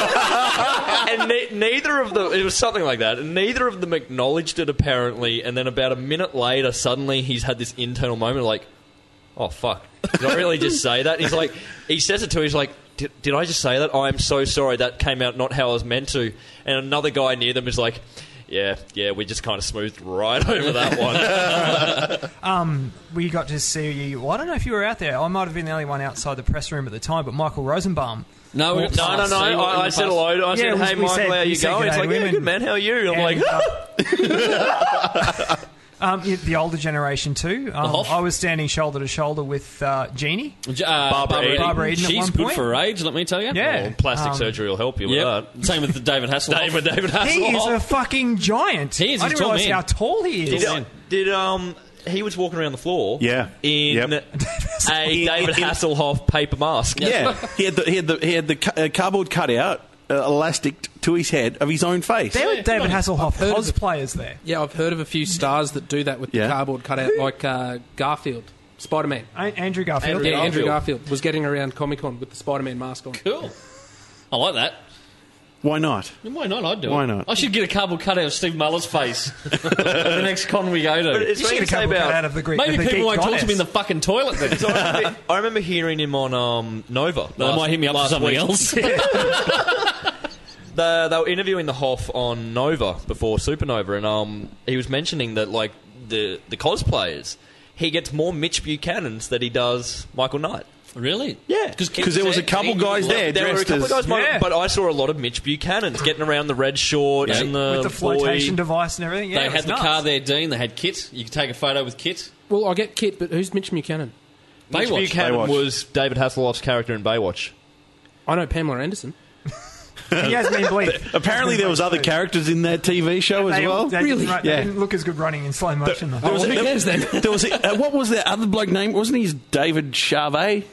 Speaker 5: and ne- neither of them, it was something like that, and neither of them acknowledged it apparently. And then about a minute later, suddenly he's had this internal moment, like, "Oh fuck, did I really just say that?" And he's like, he says it to her, he's like. Did, did I just say that? I am so sorry. That came out not how I was meant to. And another guy near them is like, "Yeah, yeah, we just kind of smoothed right [LAUGHS] over that one."
Speaker 3: we got to see. Well, I don't know if you were out there. I might have been the only one outside the press room at the time, but Michael Rosenbaum.
Speaker 1: no, we-
Speaker 5: No, no, no.
Speaker 1: See what in
Speaker 5: I, I
Speaker 1: the past-
Speaker 5: said hello. I
Speaker 3: Yeah,
Speaker 5: said,
Speaker 3: we-
Speaker 5: hey,
Speaker 3: we
Speaker 5: Michael,
Speaker 3: said-
Speaker 5: how
Speaker 3: we
Speaker 5: you
Speaker 3: said
Speaker 5: going?
Speaker 3: good
Speaker 5: It's
Speaker 3: day
Speaker 5: like,
Speaker 3: to
Speaker 5: yeah,
Speaker 3: women.
Speaker 5: good man, how are you? And I'm like,
Speaker 3: And, uh, [LAUGHS] um, yeah, the older generation too. Um,
Speaker 1: Hoff?
Speaker 3: I was standing shoulder to shoulder with uh, Jeannie.
Speaker 1: Uh, Barbara,
Speaker 5: Eden.
Speaker 3: Barbara Eden at
Speaker 1: She's
Speaker 3: one
Speaker 1: good
Speaker 3: point.
Speaker 1: for her age. Let me tell you.
Speaker 3: Yeah.
Speaker 5: uh, well, plastic
Speaker 3: Um,
Speaker 5: surgery will help you with
Speaker 1: Yep.
Speaker 5: that.
Speaker 1: Same with the [LAUGHS] David Hasselhoff.
Speaker 5: Same with David Hasselhoff.
Speaker 3: He is a fucking giant.
Speaker 1: He is,
Speaker 3: I
Speaker 1: he's
Speaker 3: didn't
Speaker 1: a tall
Speaker 3: realize
Speaker 1: man.
Speaker 3: how tall he is.
Speaker 5: Did,
Speaker 3: [LAUGHS]
Speaker 5: did, um, he was walking around the floor.
Speaker 4: Yeah.
Speaker 5: In
Speaker 4: Yep.
Speaker 3: [LAUGHS]
Speaker 5: a
Speaker 4: In-
Speaker 5: David
Speaker 4: in-
Speaker 5: Hasselhoff paper mask.
Speaker 4: yeah, he had the he had the he had the ca- uh, cardboard cutout uh, elastic to his head of his own face.
Speaker 3: There were
Speaker 1: Yeah,
Speaker 3: David
Speaker 1: come on.
Speaker 3: Hasselhoff
Speaker 2: heard of it.
Speaker 3: cosplayers there.
Speaker 2: Yeah, I've heard of a few stars that do that with
Speaker 4: Yeah.
Speaker 2: the cardboard cutout, like uh, Garfield, Spider Man.
Speaker 3: A- Andrew Garfield.
Speaker 5: Andrew
Speaker 2: Yeah, Andrew
Speaker 5: Garfield.
Speaker 2: Garfield was getting around Comic Con with the Spider Man mask on.
Speaker 1: Cool. I like that.
Speaker 4: Why not?
Speaker 1: Then Why not? I'd do
Speaker 4: Why
Speaker 1: it.
Speaker 4: not?
Speaker 1: I should get a cardboard cutout of Steve Muller's face. the next con we go
Speaker 5: But
Speaker 1: to.
Speaker 5: it's
Speaker 3: You should get
Speaker 5: funny to
Speaker 3: a
Speaker 5: say
Speaker 3: couple cut out
Speaker 5: about.
Speaker 3: of the Greek.
Speaker 1: Maybe
Speaker 3: the
Speaker 1: people
Speaker 3: Greek
Speaker 1: won't talk to me in the
Speaker 3: goddess.
Speaker 1: fucking toilet then.
Speaker 5: [LAUGHS] So I, remember, I remember hearing him on um, Nova.
Speaker 1: [LAUGHS] They
Speaker 5: last-
Speaker 1: might hit me up for
Speaker 5: last
Speaker 1: something
Speaker 5: week.
Speaker 1: else.
Speaker 5: They, they were interviewing the Hoff on Nova before Supernova, and um, he was mentioning that like the the cosplayers, he gets more Mitch Buchanan's than he does Michael Knight.
Speaker 1: [LAUGHS] really?
Speaker 5: Yeah.
Speaker 4: Because there was a couple guys there
Speaker 5: there were a
Speaker 4: dressed
Speaker 5: couple
Speaker 4: as
Speaker 5: of guys, my-
Speaker 3: Yeah.
Speaker 5: but I saw a lot of Mitch Buchanan's getting around the red shorts
Speaker 1: Yeah.
Speaker 5: and the
Speaker 3: with the flotation
Speaker 5: boy.
Speaker 3: device and everything. Yeah,
Speaker 1: um, They
Speaker 3: it
Speaker 1: had
Speaker 3: was
Speaker 1: the
Speaker 3: nuts.
Speaker 1: car there, Dean. They had Kit. You could take a photo with Kit.
Speaker 2: Well, I get Kit, but who's Mitch Buchanan?
Speaker 5: Mitch
Speaker 1: Baywatch.
Speaker 5: Buchanan
Speaker 4: Baywatch.
Speaker 5: was David Hasselhoff's character in Baywatch.
Speaker 2: I know Pamela Anderson.
Speaker 3: He has been bleed.
Speaker 4: [LAUGHS]
Speaker 1: [LAUGHS]
Speaker 4: Apparently, there was other characters in that TV show as
Speaker 3: They,
Speaker 4: well.
Speaker 3: they
Speaker 2: Really?
Speaker 3: Didn't, ru- they
Speaker 4: Yeah.
Speaker 3: didn't look as good running in slow motion though.
Speaker 4: There was,
Speaker 2: well, who cares then?
Speaker 4: there was a- uh, what was that other bloke name? Wasn't he David Charvet?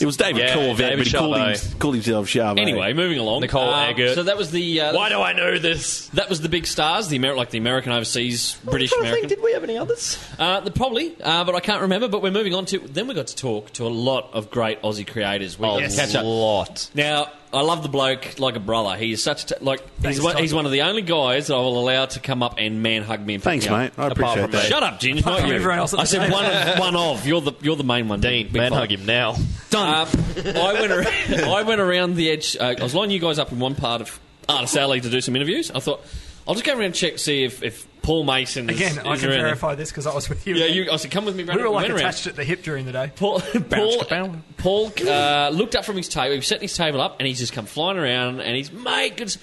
Speaker 4: It was David
Speaker 5: Yeah,
Speaker 4: Corvette,
Speaker 5: David
Speaker 4: but he called,
Speaker 5: Charvet.
Speaker 4: him, called himself Charvet.
Speaker 1: Anyway, moving along.
Speaker 5: Nicole
Speaker 1: Um,
Speaker 5: Eggert.
Speaker 1: So that was the uh,
Speaker 5: Why do I know this?
Speaker 1: that was the big stars. The Amer- like the American overseas, British
Speaker 5: I'm trying to
Speaker 1: American.
Speaker 5: think, did we have any others?
Speaker 1: Uh, the, probably, uh, but I can't remember. But we're moving on to. Then we got to talk to a lot of great Aussie creators. We got to catch
Speaker 5: a
Speaker 1: up.
Speaker 5: lot.
Speaker 1: Now, I love the bloke like a brother. He is such a t- like
Speaker 3: Thanks,
Speaker 1: he's one,
Speaker 3: Todd.
Speaker 1: he's one of the only [LAUGHS] guys that I will allow to come up and man hug me. And pick
Speaker 4: Thanks,
Speaker 1: me up.
Speaker 4: mate. I
Speaker 5: Apart
Speaker 4: appreciate
Speaker 5: from
Speaker 4: that.
Speaker 5: me.
Speaker 1: Shut up, Ginger.
Speaker 3: Apart
Speaker 1: not
Speaker 3: from
Speaker 1: you.
Speaker 3: everyone else at
Speaker 1: I
Speaker 3: the
Speaker 1: said
Speaker 3: table.
Speaker 1: one of, one of. You're the you're the main one, Dean.
Speaker 5: Man, hug him now.
Speaker 1: Done. Um, I went around, [LAUGHS] I went around the edge. Uh, I was lining you guys up in one part of Artist Alley to do some interviews. I thought I'll just go around and check see if, if Paul Mason is,
Speaker 3: Again,
Speaker 1: is
Speaker 3: I can
Speaker 1: around there.
Speaker 3: verify this because I was with you.
Speaker 1: Yeah, you, I said come with me. round-
Speaker 3: we were like
Speaker 1: went around.
Speaker 3: attached at the hip during the day. [LAUGHS]
Speaker 1: Paul, Paul,
Speaker 2: kabow.
Speaker 1: Paul uh, looked up from his table. He was setting his table up, and he's just come flying around. And he's mate, good, to-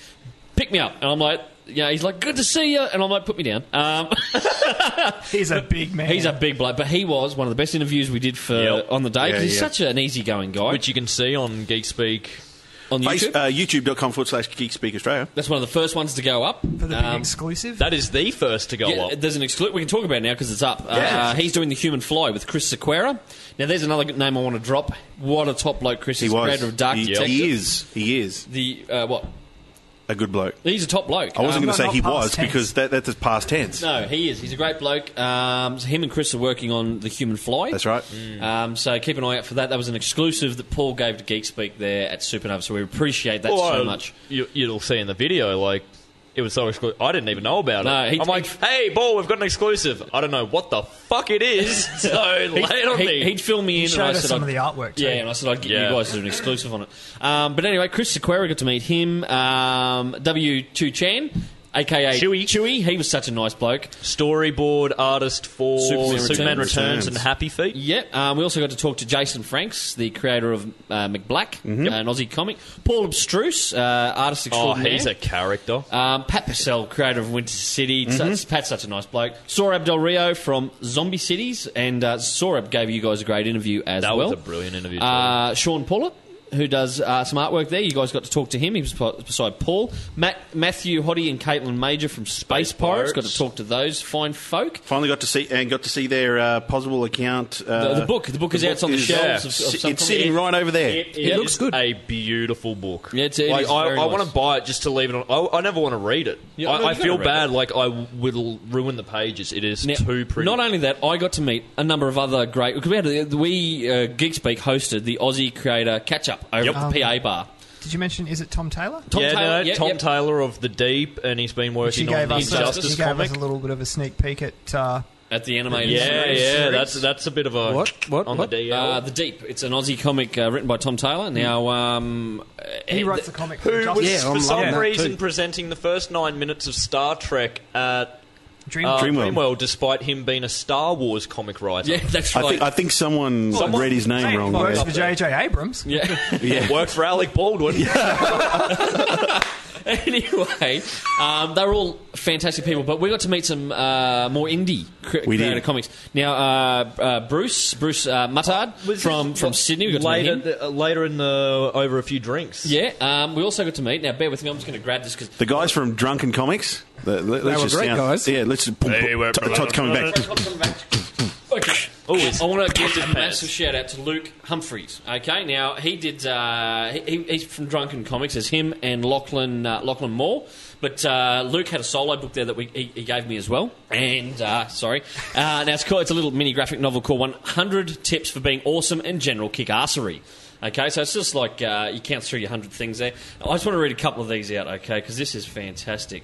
Speaker 1: pick me up. And I'm like, yeah. He's like, good to see you. And I'm like, put me down. Um,
Speaker 3: He's a big man.
Speaker 1: he's a big bloke, but he was one of the best interviews we did for
Speaker 5: Yep.
Speaker 1: on the day. 'cause
Speaker 4: Yeah,
Speaker 1: he's
Speaker 4: yeah.
Speaker 1: such an easygoing guy.
Speaker 5: Which you can see on Geek Speak.
Speaker 1: on
Speaker 4: Face-
Speaker 1: YouTube,
Speaker 4: uh, YouTube.com forward slash Geek Speak Australia.
Speaker 1: that's one of the first ones to go up.
Speaker 3: for the big
Speaker 1: Um,
Speaker 3: exclusive.
Speaker 5: That is the
Speaker 4: Oh,
Speaker 5: first to go
Speaker 1: yeah,
Speaker 5: up.
Speaker 1: there's an exclusive we can talk about it now because it's up. Uh, he's doing the Human Fly with Chris Sequeira. Now, there's another good name I want to drop. What a top bloke Chris
Speaker 4: He
Speaker 1: is,
Speaker 4: was.
Speaker 1: creator of Dark
Speaker 4: he,
Speaker 1: Detective.
Speaker 4: he is. He is
Speaker 1: The uh, what?
Speaker 4: a good bloke.
Speaker 1: He's a top bloke.
Speaker 4: I
Speaker 1: Um,
Speaker 4: wasn't going to say
Speaker 3: not
Speaker 4: he
Speaker 3: past
Speaker 4: was
Speaker 3: tense.
Speaker 4: because that, that's past tense.
Speaker 1: No, he is. He's a great bloke. Um, so him and Chris are working on the Human Fly.
Speaker 4: That's right.
Speaker 1: Um, so keep an eye out for that. That was an exclusive that Paul gave to Geek Speak there at Supernova. So we appreciate that so
Speaker 5: Well,
Speaker 1: much.
Speaker 5: You, you'll see in the video, like it was so exclusive. I didn't even know about
Speaker 1: No,
Speaker 5: it.
Speaker 1: he-
Speaker 5: I'm like, hey, ball, we've got an exclusive. I don't know what the fuck it is. [LAUGHS] So lay it on
Speaker 1: he,
Speaker 5: me.
Speaker 1: would fill me in.
Speaker 3: showed
Speaker 1: and I
Speaker 3: us
Speaker 1: said
Speaker 3: some
Speaker 1: I'd-
Speaker 3: of the artwork, too.
Speaker 1: Yeah, and I said I'd get
Speaker 5: Yeah.
Speaker 1: you guys to do an exclusive on it. Um, but anyway, Chris Sequeira got to meet him. Um, W. Two Chan. aka
Speaker 5: Chewy.
Speaker 1: Chewy. He was such a nice bloke.
Speaker 5: Storyboard artist for
Speaker 1: Superman
Speaker 5: Superman,
Speaker 1: Returns.
Speaker 5: Returns, and Happy Feet.
Speaker 1: Yeah, um, we also got to talk to Jason Franks, the creator of uh, McBlack, an Aussie comic. Paul Abstruse, uh, artist
Speaker 5: Mm-hmm. Oh,
Speaker 1: extraordinaire.
Speaker 5: he's a character.
Speaker 1: Um, Pat Purcell, creator of Winter City.
Speaker 5: Mm-hmm.
Speaker 1: Such- Pat's such a nice bloke. Sorab Del Rio from Zombie Cities, and uh, Sorab gave you guys a great interview as
Speaker 5: That
Speaker 1: well.
Speaker 5: was a brilliant interview.
Speaker 1: Uh, Sean Paulett, who does uh, some artwork there. You guys got to talk to him. He was po- beside Paul. Matt, Matthew Hoddy and Caitlin Major from Space,
Speaker 5: Space
Speaker 1: Pirates.
Speaker 5: Pirates.
Speaker 1: Got to talk to those fine folk.
Speaker 4: Finally got to see and got to see their uh, possible account. Uh,
Speaker 1: The- the book- the book is out, it's on the shelves of- of
Speaker 4: si-
Speaker 1: some
Speaker 4: it's
Speaker 1: company.
Speaker 4: sitting right over there.
Speaker 5: It,
Speaker 1: Yeah, it looks
Speaker 5: is
Speaker 1: good.
Speaker 5: A beautiful book.
Speaker 1: Yeah, it's- it
Speaker 5: like,
Speaker 1: is
Speaker 5: I,
Speaker 1: very
Speaker 5: I
Speaker 1: nice.
Speaker 5: want to buy it just to leave it on. I, I never want to read it.
Speaker 1: Yeah, no,
Speaker 5: I, I
Speaker 1: you gotta
Speaker 5: feel
Speaker 1: read
Speaker 5: bad.
Speaker 1: it.
Speaker 5: Like I will ruin the pages. It is
Speaker 1: Now,
Speaker 5: too pretty.
Speaker 1: Not only that, I got to meet a number of other great. Because we had a- we uh, Geek Speak hosted the Aussie creator catch up over
Speaker 5: Yep.
Speaker 1: at the PA bar.
Speaker 3: Did you mention? Is it Tom Taylor?
Speaker 1: Tom
Speaker 5: yeah,
Speaker 1: Taylor,
Speaker 5: no,
Speaker 1: yeah,
Speaker 5: Tom
Speaker 1: yeah.
Speaker 5: Taylor of the Deep, and he's been
Speaker 3: She
Speaker 5: working on
Speaker 3: gave
Speaker 5: the
Speaker 3: us, a,
Speaker 5: Injustice
Speaker 3: she gave us
Speaker 5: comic.
Speaker 3: a little bit of a sneak peek at. Uh,
Speaker 1: at the animated.
Speaker 5: Yeah,
Speaker 1: series.
Speaker 5: yeah, that's that's a bit of a
Speaker 2: What? What?
Speaker 5: on
Speaker 2: What?
Speaker 5: the DL.
Speaker 1: Uh, the Deep. It's an Aussie comic uh, written by Tom Taylor.
Speaker 5: Hmm.
Speaker 1: Now, um,
Speaker 5: Eh,
Speaker 3: he
Speaker 1: uh,
Speaker 3: writes a comic. for
Speaker 5: who was
Speaker 2: I'm
Speaker 3: Justice-
Speaker 5: for
Speaker 2: loving
Speaker 5: some
Speaker 2: that
Speaker 5: reason
Speaker 2: too.
Speaker 5: presenting the first nine minutes of Star Trek at
Speaker 3: Dream.
Speaker 5: uh,
Speaker 4: Dreamworld.
Speaker 5: Dreamworld. despite him being a Star Wars comic
Speaker 1: [LAUGHS]
Speaker 5: writer.
Speaker 1: Yeah, that's
Speaker 4: I
Speaker 1: right.
Speaker 4: think I think someone,
Speaker 5: Someone-
Speaker 4: read his name
Speaker 3: Hey,
Speaker 4: wrong.
Speaker 3: Works
Speaker 4: there.
Speaker 3: for J.J. Abrams.
Speaker 1: yeah. [LAUGHS]
Speaker 5: It worked for Alec Baldwin.
Speaker 1: anyway, um, they're all fantastic people, but we got to meet some uh, more indie cr-
Speaker 4: We did.
Speaker 1: creator comics. Now, uh, uh, Bruce, Bruce uh, Muttard
Speaker 5: Was
Speaker 1: from,
Speaker 5: this
Speaker 1: from Sydney. We got to meet
Speaker 5: later,
Speaker 1: him.
Speaker 5: the- uh, later in the over a few drinks.
Speaker 1: Yeah, um, we also got to meet. Now, bear with me. I'm just going to grab this because
Speaker 4: The guys from Drunken Comics. The, let, they
Speaker 2: were great guys.
Speaker 4: Yeah, let's. Boom,
Speaker 5: They
Speaker 4: boom,
Speaker 5: were
Speaker 4: Todd- Todd's coming back.
Speaker 1: Okay.
Speaker 5: Oh, it's-
Speaker 1: I want to give a
Speaker 5: it's
Speaker 1: massive shout out to Luke Humphreys. Okay, now he did. Uh, he, he's from Drunken Comics. It's him and Lachlan uh, Lachlan Moore. But uh, Luke had a solo book there that we, he, he gave me as well. And uh, sorry, uh, now it's called, it's a little mini graphic novel called "100 Tips for Being Awesome and General Kick-Assery." Okay, so it's just like uh, you count through your 100 things there. I just want to read a couple of these out, okay, because this is fantastic.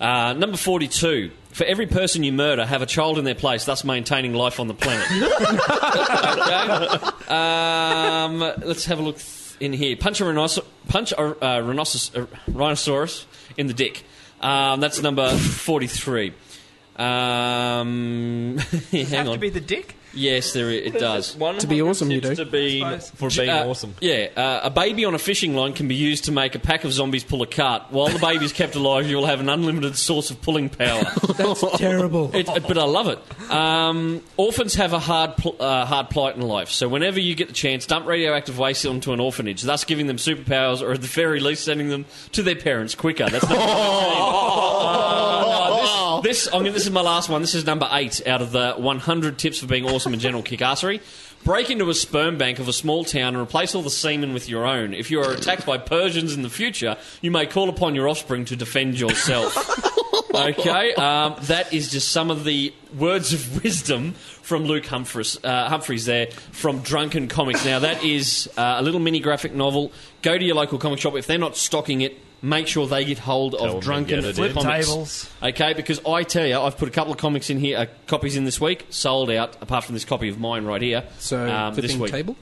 Speaker 1: Uh, number 42. For every person you murder, have a child in their place, thus maintaining life on the planet. okay. Um, let's have a look th- in here. Punch a, rhinocer- punch a, uh, rhinoceros, uh, rhinoceros in the dick. Um, that's number 43. Um, [LAUGHS]
Speaker 3: Have
Speaker 1: hang
Speaker 3: to
Speaker 1: on.
Speaker 3: be the dick.
Speaker 1: yes, there it,
Speaker 3: [LAUGHS]
Speaker 1: it does.
Speaker 5: One
Speaker 2: To be awesome, you
Speaker 5: tips
Speaker 2: do.
Speaker 5: To be
Speaker 3: I suppose.
Speaker 5: for being
Speaker 1: Uh,
Speaker 5: awesome.
Speaker 1: Yeah, uh, a baby on a fishing line can be used to make a pack of zombies pull a cart. While the baby's kept alive, you'll have an unlimited source of pulling power.
Speaker 3: [LAUGHS]
Speaker 2: That's terrible.
Speaker 1: It, it- but I love it. Um, orphans have a hard, pl- uh, hard plight in life, so whenever you get the chance, dump radioactive waste onto an orphanage, thus giving them superpowers, or at the very least, sending them to their parents quicker. That's number 13. Uh, no, this, this, I mean, this is my last one. This is number eight out of the 100 tips for being awesome and general kickassery. Break into a sperm bank of a small town and replace all the semen with your own. If you are attacked by Persians in the future, you may call upon your offspring to defend yourself. Okay, um, that is just some of the words of [LAUGHS] wisdom from Luke Humphreys, uh, Humphreys there from Drunken Comics. Now, that is uh, a little mini graphic novel. Go to your local comic shop. If they're not stocking it, make sure they get hold
Speaker 5: Tell them
Speaker 1: of
Speaker 5: to
Speaker 1: Drunken
Speaker 5: get it
Speaker 1: Flip
Speaker 5: in.
Speaker 1: Comics.
Speaker 3: Tables.
Speaker 1: Okay, because I tell you, I've put a couple of comics in here, uh, copies in this week, sold out, apart from this copy of mine right here.
Speaker 2: So
Speaker 1: um, this
Speaker 2: flipping
Speaker 1: week.
Speaker 2: table.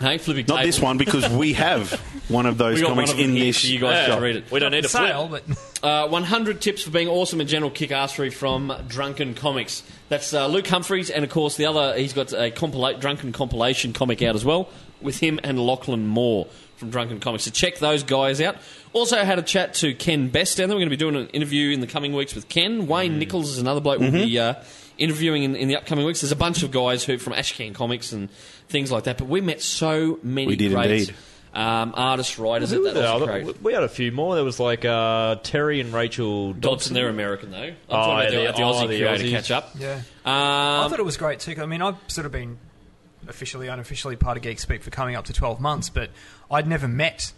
Speaker 1: Hey, flipping
Speaker 4: Not
Speaker 1: table.
Speaker 4: this one because we have one of those
Speaker 1: We got
Speaker 4: comics
Speaker 1: one of them
Speaker 4: in
Speaker 1: here
Speaker 4: this.
Speaker 1: for you guys
Speaker 5: Yeah.
Speaker 1: to read it.
Speaker 5: We don't need a flip.
Speaker 3: Sale, but
Speaker 1: Uh, 100 tips for being awesome and general kick-assery from Drunken Comics. That's uh, Luke Humphreys, and of course the other. He's got a compila- Drunken compilation comic out as well with him and Lachlan Moore from Drunken Comics. So check those guys out. Also had a chat to Ken Best down there. We're going to be doing an interview in the coming weeks with Ken. Wayne
Speaker 4: Mm-hmm.
Speaker 1: Nichols is another bloke we'll be uh, interviewing in, in the upcoming weeks. There's a bunch of guys who from Ashcan Comics and things like that. But we met so many
Speaker 4: We did
Speaker 1: great
Speaker 4: indeed.
Speaker 1: Um, artists, writers at that.
Speaker 5: Yeah,
Speaker 1: Aussie
Speaker 5: but
Speaker 1: Creative.
Speaker 5: we- we had a few more. There was like uh, Terry and Rachel
Speaker 1: Dodson,
Speaker 5: Dodson.
Speaker 1: they're American though. I'm
Speaker 5: Oh,
Speaker 1: talking
Speaker 5: yeah,
Speaker 1: about the,
Speaker 5: the-
Speaker 1: the Aussie
Speaker 5: oh, the
Speaker 1: creator
Speaker 5: Aussies.
Speaker 1: catch up.
Speaker 3: yeah. I
Speaker 1: Um,
Speaker 3: thought it was great too. 'cause, I mean, I've sort of been officially, unofficially part of Geek Speak for coming up to twelve months, but I'd never met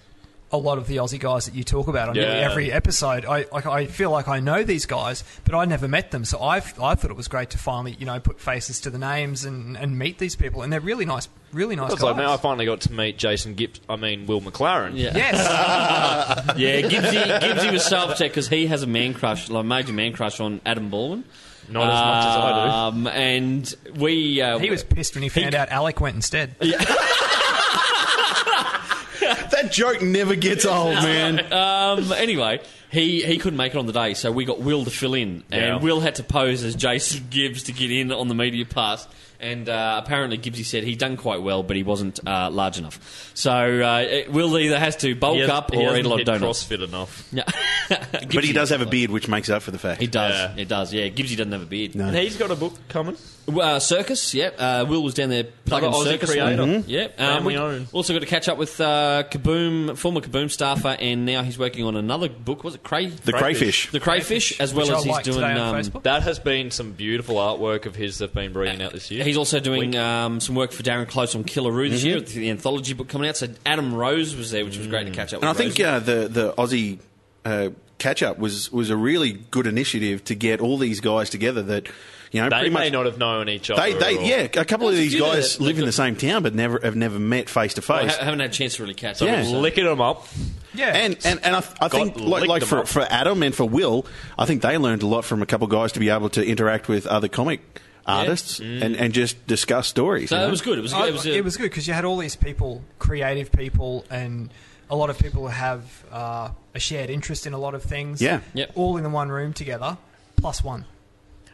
Speaker 3: a lot of the Aussie guys that you talk about on nearly
Speaker 5: Yeah.
Speaker 3: every episode. I, like, I feel like I know these guys, but I never met them, so I've, I thought it was great to finally, you know, put faces to the names and, and meet these people, and they're really nice, really nice
Speaker 5: I was
Speaker 3: guys.
Speaker 5: like, man, I finally got to meet Jason Gibbs. I mean, Will McLaren.
Speaker 1: yeah, yeah,
Speaker 3: yes,
Speaker 1: [LAUGHS] Gibbsy, [LAUGHS] Gibbsy was so upset because he has a man crush, like major man crush on Adam Baldwin.
Speaker 5: Not as much as I do.
Speaker 1: Um, and we, uh,
Speaker 3: he was pissed when he found out Alec went instead.
Speaker 4: that joke never gets old,
Speaker 1: [LAUGHS]
Speaker 4: man.
Speaker 1: Um, anyway, he, he couldn't make it on the day, so we got Will to fill in,
Speaker 5: Yeah.
Speaker 1: and Will had to pose as Jason [LAUGHS] Gibbs to get in on the media pass. And uh, apparently, Gibbsy said he'd done quite well, but he wasn't uh, large enough. So uh, it- Will either has to bulk
Speaker 5: He hasn't-
Speaker 1: up
Speaker 5: he
Speaker 1: or eat
Speaker 5: hasn't
Speaker 1: a lot of
Speaker 5: hit
Speaker 1: donuts.
Speaker 5: CrossFit enough.
Speaker 1: Yeah. [LAUGHS]
Speaker 4: But he does have a beard, which makes up for the fact.
Speaker 1: He does.
Speaker 5: Yeah.
Speaker 1: It does. Yeah, Gibbsy doesn't have a beard.
Speaker 5: And he's got a book coming.
Speaker 1: Uh, circus, yeah. Uh, Will was down there plugging
Speaker 5: Another Aussie
Speaker 1: circus.
Speaker 5: creator. Mhm.
Speaker 4: Mm-hmm.
Speaker 1: Yeah. Um,
Speaker 5: Family
Speaker 1: we
Speaker 5: owned.
Speaker 1: also got to catch up with uh, Kaboom, former Kaboom staffer, and now he's working on another book. Was it Cray?
Speaker 4: The crayfish.
Speaker 1: The Crayfish, as well
Speaker 3: Which I
Speaker 1: as he's
Speaker 3: liked
Speaker 1: doing.
Speaker 3: today
Speaker 1: Um,
Speaker 3: on Facebook.
Speaker 5: That has been some beautiful artwork of his that've been bringing out this year.
Speaker 1: he's also doing um, some work for Darren Close on Killaroo
Speaker 4: Mm-hmm.
Speaker 1: this year, with the anthology book coming out. So Adam Rose was there, which was
Speaker 5: Mm.
Speaker 1: great to catch up.
Speaker 4: And I
Speaker 1: with
Speaker 4: think
Speaker 1: Rose.
Speaker 4: uh, the the Aussie uh, catch up was was a really good initiative to get all these guys together. That you know,
Speaker 5: they
Speaker 4: pretty
Speaker 5: may
Speaker 4: much
Speaker 5: not have known each other.
Speaker 4: they
Speaker 5: or-
Speaker 4: they yeah, a couple of
Speaker 1: There's a
Speaker 4: these
Speaker 1: few that-
Speaker 4: guys
Speaker 1: that
Speaker 4: live in
Speaker 1: got-
Speaker 4: the same town but never have never met face to
Speaker 1: I
Speaker 4: face.
Speaker 1: ha- haven't had a chance to really catch
Speaker 4: Yeah.
Speaker 1: up. so-
Speaker 5: Licking them up.
Speaker 3: Yeah.
Speaker 4: And and, and I, th- I think like,
Speaker 5: licked
Speaker 4: like
Speaker 5: them
Speaker 4: for,
Speaker 5: up.
Speaker 4: for Adam and for Will, I think they learned a lot from a couple of guys to be able to interact with other comic artists and, and just discuss stories.
Speaker 1: Mm. So
Speaker 4: you know? [LAUGHS]
Speaker 1: it was good. It was.
Speaker 3: I-
Speaker 1: It was, a-
Speaker 3: good because you had all these people, creative people, and a lot of people who have uh, a shared interest in a lot of things.
Speaker 4: Yeah.
Speaker 1: Yep.
Speaker 3: All in the one room together, plus one.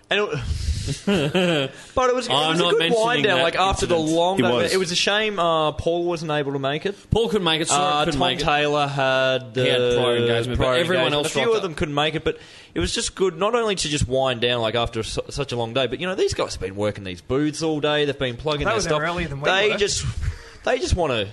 Speaker 5: And
Speaker 1: [LAUGHS]
Speaker 5: it, but it was, it
Speaker 1: I'm
Speaker 5: was a
Speaker 1: not
Speaker 5: good
Speaker 1: mentioning
Speaker 5: wind down.
Speaker 1: that
Speaker 5: Like after the
Speaker 1: incident.
Speaker 5: long,
Speaker 4: It was.
Speaker 5: it was a shame uh, Paul wasn't able to make it.
Speaker 1: Paul couldn't make it. Sora
Speaker 5: Uh,
Speaker 1: couldn't
Speaker 5: Tom
Speaker 1: make it.
Speaker 5: Taylor had, uh,
Speaker 1: He had prior engagement, but
Speaker 5: prior
Speaker 1: everyone
Speaker 5: engagement.
Speaker 1: else
Speaker 5: A few
Speaker 1: rocked
Speaker 5: of them couldn't make it, but it was just good not only to just wind down like after su- such a long day, but you know these guys have been working these booths all day. They've been plugging
Speaker 3: They
Speaker 5: their
Speaker 3: were there
Speaker 5: stuff.
Speaker 3: earlier than we
Speaker 5: they
Speaker 3: were.
Speaker 5: just they just want to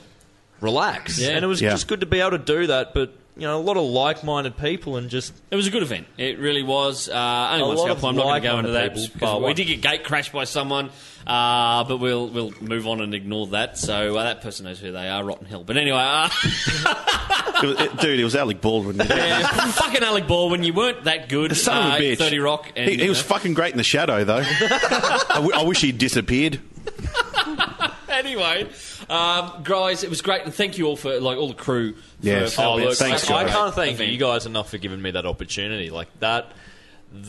Speaker 5: relax,
Speaker 1: Yeah.
Speaker 5: and it was
Speaker 4: Yeah.
Speaker 5: just good to be able to do that. But you know a lot of like-minded people and just
Speaker 1: It was a good event. It really was. Uh, only
Speaker 5: A
Speaker 1: one
Speaker 5: lot
Speaker 1: scalp.
Speaker 5: of
Speaker 1: I'm not going to go
Speaker 5: like-minded
Speaker 1: into that
Speaker 5: people,
Speaker 1: because
Speaker 5: bar
Speaker 1: we
Speaker 5: one.
Speaker 1: did get gate crashed by someone, uh, but we'll we'll move on and ignore that. So uh, that person knows who they are, Rotten Hill. But anyway, uh, [LAUGHS]
Speaker 4: It was- it- dude, it was Alec Baldwin.
Speaker 1: fucking Alec Baldwin, you weren't that good.
Speaker 4: Son
Speaker 1: uh,
Speaker 4: of a bitch.
Speaker 1: Thirty Rock. And,
Speaker 4: he, he was
Speaker 1: uh,
Speaker 4: fucking great in the
Speaker 1: [LAUGHS]
Speaker 4: shadow, though. I, w- I wish he'd disappeared.
Speaker 1: uh, [LAUGHS] anyway, um, guys, it was great, and thank you all for like all the crew. For,
Speaker 4: Yes.
Speaker 1: for
Speaker 4: Oh,
Speaker 1: being
Speaker 4: look,
Speaker 1: such
Speaker 4: thanks,
Speaker 1: a
Speaker 5: I
Speaker 1: great
Speaker 4: guys.
Speaker 5: can't thank
Speaker 1: event.
Speaker 5: you guys enough for giving me that opportunity. Like that, th-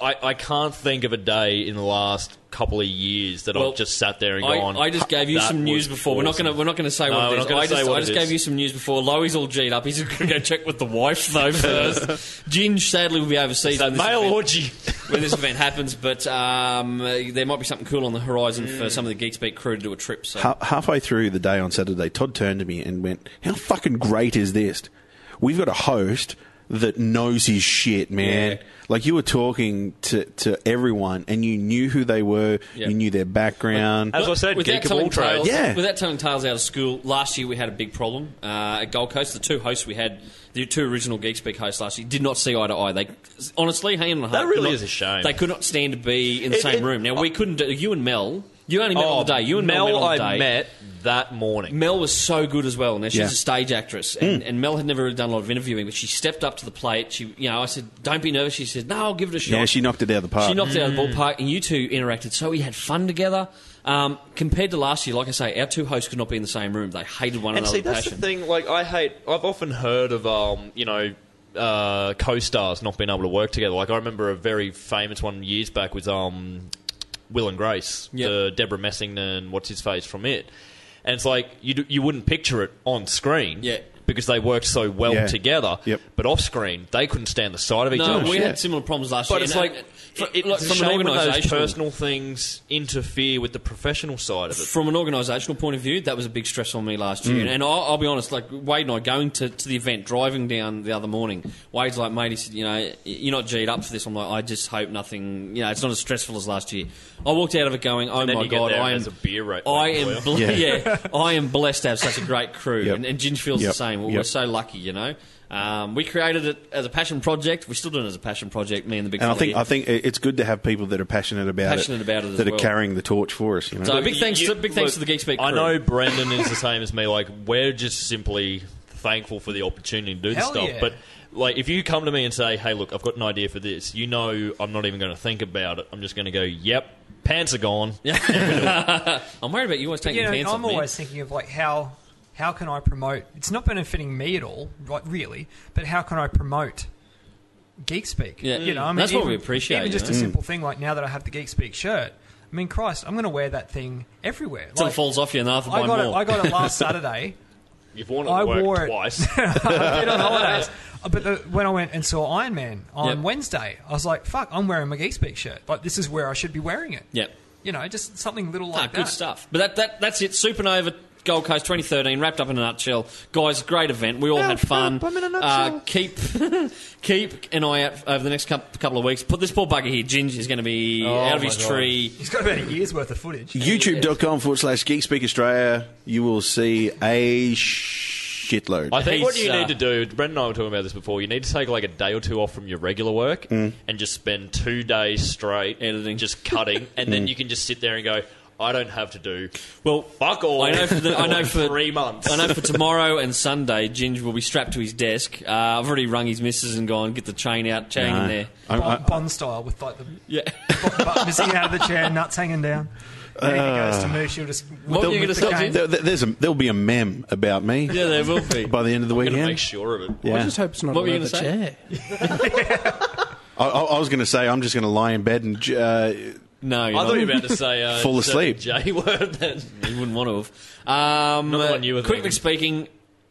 Speaker 5: I, I can't think of a day in the last couple of years that
Speaker 1: Well,
Speaker 5: I've just sat there and
Speaker 1: I,
Speaker 5: gone.
Speaker 1: I just gave you
Speaker 5: "That
Speaker 1: some news
Speaker 5: was
Speaker 1: before. We're not
Speaker 5: awesome."
Speaker 1: going to we're not going to say
Speaker 5: No,
Speaker 1: what
Speaker 5: we're
Speaker 1: it is.
Speaker 5: not gonna
Speaker 1: I
Speaker 5: say
Speaker 1: just,
Speaker 5: what
Speaker 1: I
Speaker 5: it
Speaker 1: just
Speaker 5: is.
Speaker 1: gave you some news before. Lowy's all G'd up. He's going to go check with the wife
Speaker 5: [LAUGHS]
Speaker 1: though first. Ginge sadly will be overseas.
Speaker 5: that
Speaker 1: when this
Speaker 5: male
Speaker 1: event-
Speaker 5: orgy.
Speaker 1: when this event happens, but um, uh, there might be something cool on the horizon for some of the Geeks Beat crew to do a trip. So
Speaker 4: Ha- halfway through the day on Saturday, Todd turned to me and went, "How fucking great is this? We've got a host that knows his shit, man.
Speaker 1: Yeah.
Speaker 4: Like you were talking to to everyone, and you knew who they were,
Speaker 1: Yeah.
Speaker 4: you knew their background.
Speaker 5: As I said,
Speaker 1: Without
Speaker 5: geek of
Speaker 1: telling
Speaker 5: all trades.
Speaker 1: Tales,
Speaker 4: Yeah.
Speaker 1: Without telling tales out of school, last year we had a big problem uh, at Gold Coast. The two hosts we had, the two original Geek Speak hosts last year, did not see eye to eye. They honestly, hand on heart,
Speaker 5: That really
Speaker 1: could not-
Speaker 5: is a shame.
Speaker 1: They could not stand to be in the
Speaker 5: It-
Speaker 1: same
Speaker 5: it- Oh,
Speaker 1: room. Now we couldn't. Do, you and Mel, you only met on the day. You and Mel,
Speaker 5: Mel,
Speaker 1: met on the
Speaker 5: I
Speaker 1: day.
Speaker 5: met that morning.
Speaker 1: Mel was so good as well. Now she's
Speaker 4: Yeah.
Speaker 1: a stage actress, and,
Speaker 5: Hmm.
Speaker 1: and Mel had never really done a lot of interviewing, but she stepped up to the plate. She, you know, I said, "Don't be nervous." She said, "No, I'll give it a shot."
Speaker 4: yeah, she knocked it out of the park.
Speaker 1: She knocked it out of the ballpark, and you two interacted. So we had fun together. Um, compared to last year, like I say, our two hosts could not be in the same room. They hated one
Speaker 5: And
Speaker 1: another.
Speaker 5: see, that's
Speaker 1: passion.
Speaker 5: the thing. Like, I hate. I've often heard of, um, you know, uh, co-stars not being able to work together. Like, I remember a very famous one years back was um, Will and Grace,
Speaker 1: Yep.
Speaker 5: the Deborah Messington, what's his face from it. And it's like you d- you wouldn't picture it on screen,
Speaker 1: Yeah.
Speaker 5: because they worked so well
Speaker 4: Yeah.
Speaker 5: together.
Speaker 4: Yep.
Speaker 5: But off screen, they couldn't stand the sight of each
Speaker 1: No,
Speaker 5: other.
Speaker 1: we
Speaker 4: yeah.
Speaker 1: had similar problems last
Speaker 5: But
Speaker 1: year.
Speaker 5: it's
Speaker 1: and-
Speaker 5: like,
Speaker 1: fr-
Speaker 5: it,
Speaker 1: look,
Speaker 5: it's from a shame when those
Speaker 1: organisational-
Speaker 5: personal things interfere with the professional side of it.
Speaker 1: From an organisational point of view, that was a big stress on me last
Speaker 5: Mm.
Speaker 1: year. And I'll, I'll be honest, like Wade and I going to, to the event, driving down the other morning, Wade's like, mate, he said, you know, you're not G'd up for this. I'm like, I just hope nothing, you know, it's not as stressful as last year. I walked out of it going, oh
Speaker 5: then
Speaker 1: my
Speaker 5: you get
Speaker 1: God,
Speaker 5: there
Speaker 1: I
Speaker 5: and
Speaker 1: am,
Speaker 5: there's a beer right
Speaker 1: I
Speaker 5: there
Speaker 1: am,
Speaker 5: as well.
Speaker 1: ble- yeah.
Speaker 5: [LAUGHS]
Speaker 1: I am blessed to have such a great crew.
Speaker 4: Yep.
Speaker 1: And, and Ginge feels
Speaker 4: Yep.
Speaker 1: the same. We're
Speaker 4: Yep.
Speaker 1: so lucky, you know. Um, we created it as a passion project. We're still doing it as a passion project, me and the big
Speaker 4: and I
Speaker 1: fella
Speaker 4: think
Speaker 1: here.
Speaker 4: I think it- it's good to have people that are passionate about
Speaker 1: Passionate
Speaker 4: it,
Speaker 1: about it as
Speaker 4: that
Speaker 1: well.
Speaker 4: are carrying the torch for us. You know?
Speaker 1: So big thanks, to, big thanks to the Geek Speak crew.
Speaker 5: I know Brendan is the same as me. Like we're just simply thankful for the opportunity to do this
Speaker 3: Hell
Speaker 5: stuff.
Speaker 3: yeah.
Speaker 5: But like if you come to me and say, "Hey, look, I've got an idea for this," you know, I'm not even going to think about it. I'm just going to go, "Yep, pants are gone."
Speaker 1: I'm worried about you always taking
Speaker 3: You know,
Speaker 1: pants
Speaker 3: I'm
Speaker 1: off, man.
Speaker 3: always thinking of like how how can I promote? It's not benefiting me at all, right? Really, but how can I promote? Geek Speak.
Speaker 1: Yeah.
Speaker 3: you know,
Speaker 1: Mm.
Speaker 3: I mean,
Speaker 1: That's what
Speaker 3: even-
Speaker 1: we appreciate, you
Speaker 3: Even just
Speaker 1: know?
Speaker 3: a simple thing like now that I have the Geek Speak shirt. I mean, Christ, I'm going to wear that thing everywhere.
Speaker 1: Till
Speaker 3: Like,
Speaker 1: it falls off you, and after
Speaker 3: I
Speaker 1: buy
Speaker 3: got
Speaker 1: more. [LAUGHS]
Speaker 3: it. I got it last Saturday. [LAUGHS]
Speaker 5: You've worn it
Speaker 3: I
Speaker 5: to work
Speaker 3: wore it. [LAUGHS]
Speaker 5: twice.
Speaker 3: I've been on holidays. Uh, But the, when I went and saw Iron Man on
Speaker 1: Yep.
Speaker 3: Wednesday, I was like, "Fuck, I'm wearing my Geespeak shirt. Like this is where I should be wearing it."
Speaker 1: Yep.
Speaker 3: You know, just something little
Speaker 1: Ah,
Speaker 3: like
Speaker 1: good
Speaker 3: that.
Speaker 1: stuff. But that, that that's it. Supernova Gold Coast 2013 wrapped up in a nutshell. Guys, great event. We all had fun.
Speaker 4: I'm in a
Speaker 1: Uh,
Speaker 5: [LAUGHS]
Speaker 1: keep keep an eye out over the next cou- couple of weeks. Put this poor bugger here, Ginge, is going to be out of
Speaker 5: Oh my
Speaker 1: his
Speaker 5: God.
Speaker 1: tree.
Speaker 3: He's got about a year's worth of footage.
Speaker 4: YouTube.com forward slash Geek Speak Australia. You will see a shitload.
Speaker 5: I think what
Speaker 1: He's,
Speaker 5: you
Speaker 1: uh,
Speaker 5: need to do, Brent and I were talking about this before, you need to take like a day or two off from your regular work and just spend two days straight
Speaker 1: Mm. Editing. Mm. [LAUGHS]
Speaker 5: just cutting, and then you can just sit there and go, I don't have to do
Speaker 1: Well,
Speaker 5: fuck all.
Speaker 1: I know for the- I know for-
Speaker 5: three months.
Speaker 1: I know for tomorrow and Sunday, Ginge will be strapped to his desk. Uh, I've already rung his missus and gone, get the chain out, chain in
Speaker 5: [LAUGHS]
Speaker 1: there.
Speaker 4: I'm- I-
Speaker 3: Bond, Bond style with like the
Speaker 1: Yeah.
Speaker 3: butt butt missing out of the chair, nuts hanging down. And he goes to move. She'll just.
Speaker 1: Uh, What were you
Speaker 3: with
Speaker 1: gonna
Speaker 3: the
Speaker 1: say,
Speaker 3: cane.
Speaker 1: Jim?
Speaker 4: There, there's a, there'll be a mem about me
Speaker 1: yeah, there will be.
Speaker 4: by the end of the
Speaker 5: I'm going to
Speaker 4: weekend.
Speaker 5: make sure of it.
Speaker 4: Yeah.
Speaker 2: I just hope it's not
Speaker 1: What were you
Speaker 2: another
Speaker 1: gonna
Speaker 2: chair.
Speaker 4: I, I, I was going to say I'm just going to lie in bed and uh,
Speaker 1: No, you're
Speaker 5: I
Speaker 1: not.
Speaker 5: thought you
Speaker 1: [LAUGHS]
Speaker 5: were about to say uh,
Speaker 4: Fall
Speaker 5: it's a
Speaker 4: asleep.
Speaker 5: J word [LAUGHS] then.
Speaker 1: You wouldn't want to have. Um,
Speaker 5: Not the one you were
Speaker 1: quickly speaking,
Speaker 5: thinking.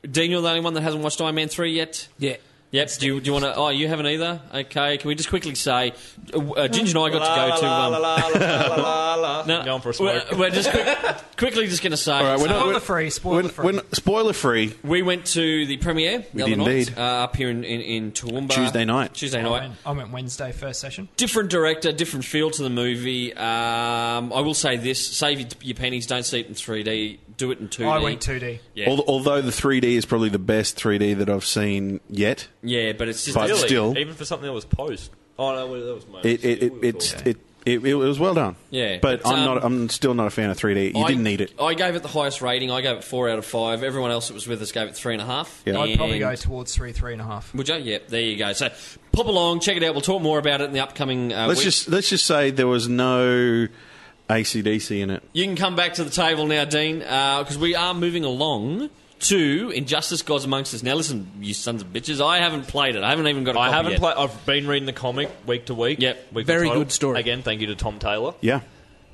Speaker 1: Dean, you're the only one that hasn't watched Iron Man 3 yet?
Speaker 2: Yeah.
Speaker 1: Yep. Do you, do you want to? Oh, you haven't either? Okay. Can we just quickly say, uh, uh, Ginger and I got to go to. Um, no,
Speaker 5: Going for a
Speaker 1: we're-
Speaker 5: smoke.
Speaker 1: We're, just
Speaker 5: [LAUGHS]
Speaker 1: quick, quickly just going to say
Speaker 4: all right, we're not
Speaker 3: Spoiler
Speaker 4: we're-
Speaker 3: free, spoiler
Speaker 4: we're-
Speaker 3: free.
Speaker 4: we're not- spoiler free.
Speaker 1: we went to the premiere the
Speaker 4: We
Speaker 1: other
Speaker 4: did
Speaker 1: night
Speaker 4: indeed.
Speaker 1: uh, up here in, in, in Toowoomba.
Speaker 4: Tuesday night.
Speaker 1: Tuesday
Speaker 3: I
Speaker 1: night.
Speaker 3: went, I went Wednesday first session.
Speaker 1: Different director, different feel to the movie. Um, I will say this: save your, your pennies. Don't see it in 3D. Do it in 2D.
Speaker 3: I went 2D.
Speaker 1: Yeah.
Speaker 4: Al- Although the 3D is probably the best 3D that I've seen yet.
Speaker 1: Yeah, but it's just
Speaker 4: But
Speaker 5: Really?
Speaker 4: still-
Speaker 5: Even for something that was post. Oh, no, that was my
Speaker 4: It it it it's, it, it, it was well done.
Speaker 1: Yeah.
Speaker 4: but
Speaker 1: It's,
Speaker 4: I'm
Speaker 1: um,
Speaker 4: not. I'm still not a fan of 3D. You
Speaker 1: I-
Speaker 4: didn't need it.
Speaker 1: I gave it the highest rating. I gave it four out of five. Everyone else that was with us gave it three and a half.
Speaker 4: Yeah.
Speaker 3: I'd probably
Speaker 1: And-
Speaker 3: go towards three, three and a half.
Speaker 1: Would you? Yep. There you go. So pop along, check it out. We'll talk more about it in the upcoming. Uh,
Speaker 4: Let's
Speaker 1: week.
Speaker 4: just let's just say there was no ACDC in it.
Speaker 1: You can come back to the table now, Dean, because we are moving along to Injustice: Gods Amongst Us. Now, listen, you sons of bitches, I haven't played it. I haven't even got. I
Speaker 5: I haven't played. I've been reading the comic week to week.
Speaker 1: Yep.
Speaker 5: Weekly
Speaker 2: Very
Speaker 5: title.
Speaker 2: good story.
Speaker 5: Again, thank you to Tom Taylor.
Speaker 4: Yeah,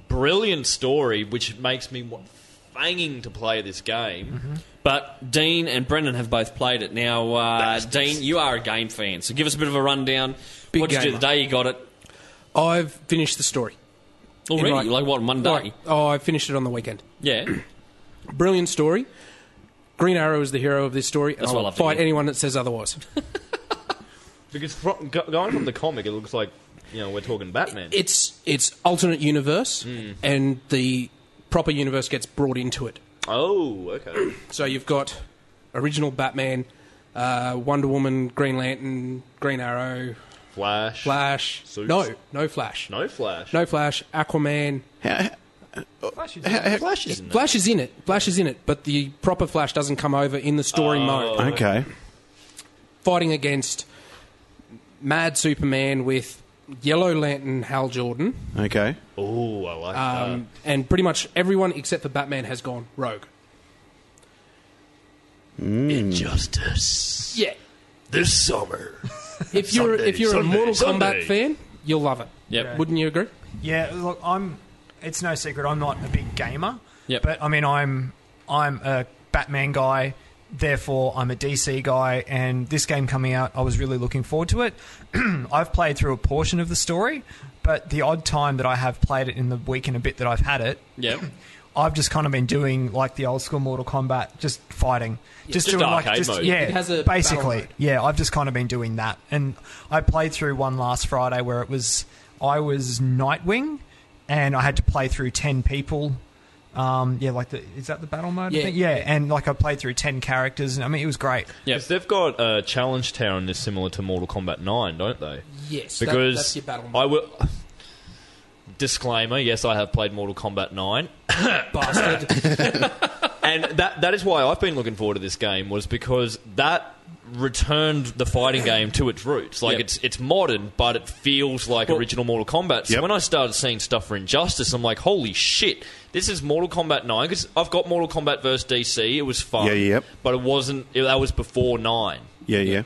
Speaker 5: Brilliant story, which makes me want fanging to play this game.
Speaker 1: But Dean and Brendan have both played it. Now, uh, Dean, you are a game fan, so give us a bit of a rundown.
Speaker 2: Big
Speaker 1: what did you do
Speaker 2: gamer.
Speaker 1: the day you got it?
Speaker 2: I've finished the story.
Speaker 1: Already,
Speaker 2: Right.
Speaker 1: like what one day?
Speaker 2: Right. Oh, I finished it on the weekend.
Speaker 1: Yeah,
Speaker 2: Brilliant story. Green Arrow is the hero of this story, and
Speaker 1: That's what I
Speaker 2: I'll
Speaker 1: love to
Speaker 2: fight
Speaker 1: hear.
Speaker 2: anyone that says otherwise.
Speaker 5: Because from, go- going from the comic, it looks like you know we're talking Batman.
Speaker 2: it's it's alternate universe,
Speaker 1: Hmm.
Speaker 2: and the proper universe gets brought into it.
Speaker 5: oh, okay.
Speaker 2: So you've got original Batman, uh, Wonder Woman, Green Lantern, Green Arrow,
Speaker 5: Flash.
Speaker 2: Flash.
Speaker 5: Suits.
Speaker 2: No, no Flash.
Speaker 5: No Flash.
Speaker 2: No Flash. Aquaman.
Speaker 3: Flash is-
Speaker 5: Flash isn't it?
Speaker 2: Flash is in it. Flash is in it, but the proper Flash doesn't come over in the story mode.
Speaker 4: okay.
Speaker 2: fighting against Mad Superman with Yellow Lantern Hal Jordan,
Speaker 4: Okay.
Speaker 5: Oh, I like
Speaker 2: um, and pretty much everyone except for Batman has gone rogue.
Speaker 5: that. Injustice.
Speaker 2: Yeah,
Speaker 5: This summer.
Speaker 2: if you're
Speaker 5: Sunday,
Speaker 2: if you're
Speaker 5: Sunday,
Speaker 2: a Mortal
Speaker 5: Sunday.
Speaker 2: Kombat fan, you'll love it.
Speaker 1: Yep.
Speaker 2: wouldn't you agree?
Speaker 3: Yeah, look, I'm. It's no secret I'm not a big gamer.
Speaker 1: Yep.
Speaker 3: But I mean, I'm I'm a Batman guy. Therefore, I'm a DC guy, and this game coming out, I was really looking forward to it. [CLEARS THROAT] I've played through a portion of the story, but the odd time that I have played it in the week and a bit that I've had it,
Speaker 4: [CLEARS THROAT]
Speaker 1: yeah.
Speaker 3: I've just kind of been doing like the old school Mortal Kombat, just fighting, just,
Speaker 5: just
Speaker 3: doing like
Speaker 5: arcade
Speaker 3: just,
Speaker 5: mode.
Speaker 3: yeah,
Speaker 2: It has a battle
Speaker 3: basically
Speaker 2: mode.
Speaker 3: yeah. I've just kind of been doing that, and I played through one last Friday where it was I was Nightwing, and I had to play through ten people. Um, yeah, like the is that the battle mode? I
Speaker 2: Yeah.
Speaker 3: think? yeah, and like I played through ten characters, and I mean it was great.
Speaker 1: Yep.
Speaker 5: Because they've got a challenge tower in this similar to Mortal Kombat 9, don't they?
Speaker 2: Yes, that-
Speaker 5: Because
Speaker 2: that's your battle.
Speaker 5: I will. [LAUGHS] Disclaimer: Yes, I have played Mortal Kombat 9,
Speaker 2: bastard.
Speaker 5: and that that is why I've been looking forward to this game was because that returned the fighting game to its roots. Like
Speaker 1: Yep.
Speaker 5: it's it's modern, but it feels like original Mortal Kombat. So
Speaker 4: Yep.
Speaker 5: when I started seeing stuff for Injustice, I'm like, holy shit, this is Mortal Kombat 9 because I've got Mortal Kombat versus DC. It was fun,
Speaker 4: Yeah, yep.
Speaker 5: but it wasn't. It, that was before nine.
Speaker 4: Yeah, yeah.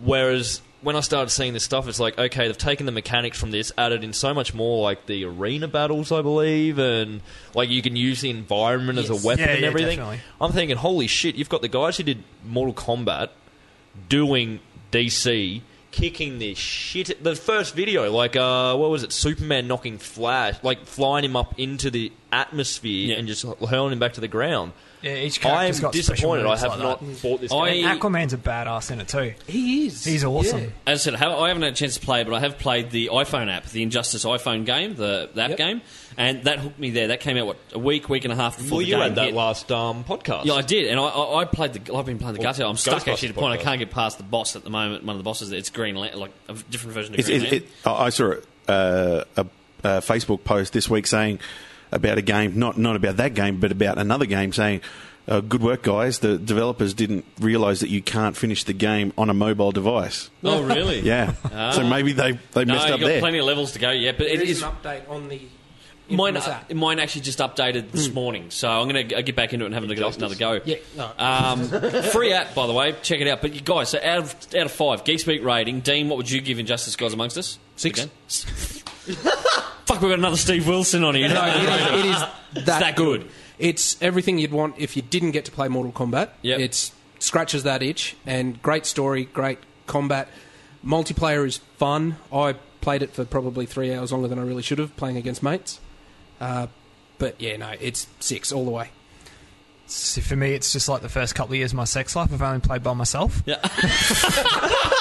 Speaker 5: Whereas when I started seeing this stuff, it's like okay, they've taken the mechanics from this, added in so much more, like the arena battles, I believe, and like you can use the environment as
Speaker 3: Yes.
Speaker 5: a weapon
Speaker 3: Yeah,
Speaker 5: and
Speaker 3: yeah,
Speaker 5: everything.
Speaker 3: definitely.
Speaker 5: I'm thinking, holy shit, you've got the guys who did Mortal Kombat doing DC kicking the shit the first video like uh what was it superman knocking flash like flying him up into the atmosphere
Speaker 1: Yeah.
Speaker 5: and just hurling him back to the ground
Speaker 3: Yeah, each
Speaker 5: i am
Speaker 3: character's got special
Speaker 5: disappointed i
Speaker 3: moves
Speaker 5: have
Speaker 3: like
Speaker 5: not
Speaker 3: that.
Speaker 5: bought this
Speaker 1: I-
Speaker 5: game.
Speaker 1: he-
Speaker 3: Aquaman's a badass in it too.
Speaker 5: he is
Speaker 3: He's awesome.
Speaker 1: As I said, I haven't, I haven't had a chance to play, it, but I have played the iPhone app, the Injustice iPhone game, the the app
Speaker 5: Yep.
Speaker 1: game, and that hooked me there. That came out what a week, week and a half before
Speaker 5: Well,
Speaker 1: the
Speaker 5: you
Speaker 1: game
Speaker 5: had that
Speaker 1: hit.
Speaker 5: last um, podcast.
Speaker 1: Yeah, I did, and I, I, I played the. I've been playing the
Speaker 5: Well,
Speaker 1: guts. out. I'm stuck
Speaker 5: Ghostbusters
Speaker 1: actually at the point I
Speaker 5: podcast.
Speaker 1: can't get past the boss at the moment. One of the bosses, it's Green Lan- like a different version of
Speaker 4: It's,
Speaker 1: Green
Speaker 4: it,
Speaker 1: Lantern.
Speaker 4: it, I I saw uh, a, a Facebook post this week saying about a game, not not about that game, but about another game, saying, uh, "Good work, guys. The developers didn't realise that you can't finish the game on a mobile device."
Speaker 1: oh,
Speaker 5: [LAUGHS]
Speaker 1: really?
Speaker 4: Yeah, so maybe they they
Speaker 1: Ah. No,
Speaker 4: messed
Speaker 1: you've
Speaker 4: up
Speaker 1: got
Speaker 4: there.
Speaker 1: plenty of levels to go yet, but it
Speaker 2: There is
Speaker 1: is.
Speaker 2: an update on the.
Speaker 1: Mine, uh,
Speaker 2: infamous app.
Speaker 1: mine actually just updated this morning, so I'm going to get back into it and have another, another go.
Speaker 2: Yeah, no.
Speaker 1: Um, free app, by the way, check it out. But you guys, so out of out of five, Geek Speak rating, Dean, what would you give Injustice Gods Amongst Us?
Speaker 2: Six.
Speaker 1: Again? [LAUGHS] Fuck, we've got another Steve Wilson on [LAUGHS] here.
Speaker 2: No, it is, it is that,
Speaker 1: that good.
Speaker 2: It's everything you'd want if you didn't get to play Mortal Kombat.
Speaker 1: Yep.
Speaker 2: It scratches that itch, and great story, great combat. Multiplayer is fun. I played it for probably three hours longer than I really should have, playing against mates. Uh, but yeah, no, it's six all the way.
Speaker 3: So for me, it's just like the first couple of years of my sex life. I've only played by myself.
Speaker 1: [LAUGHS]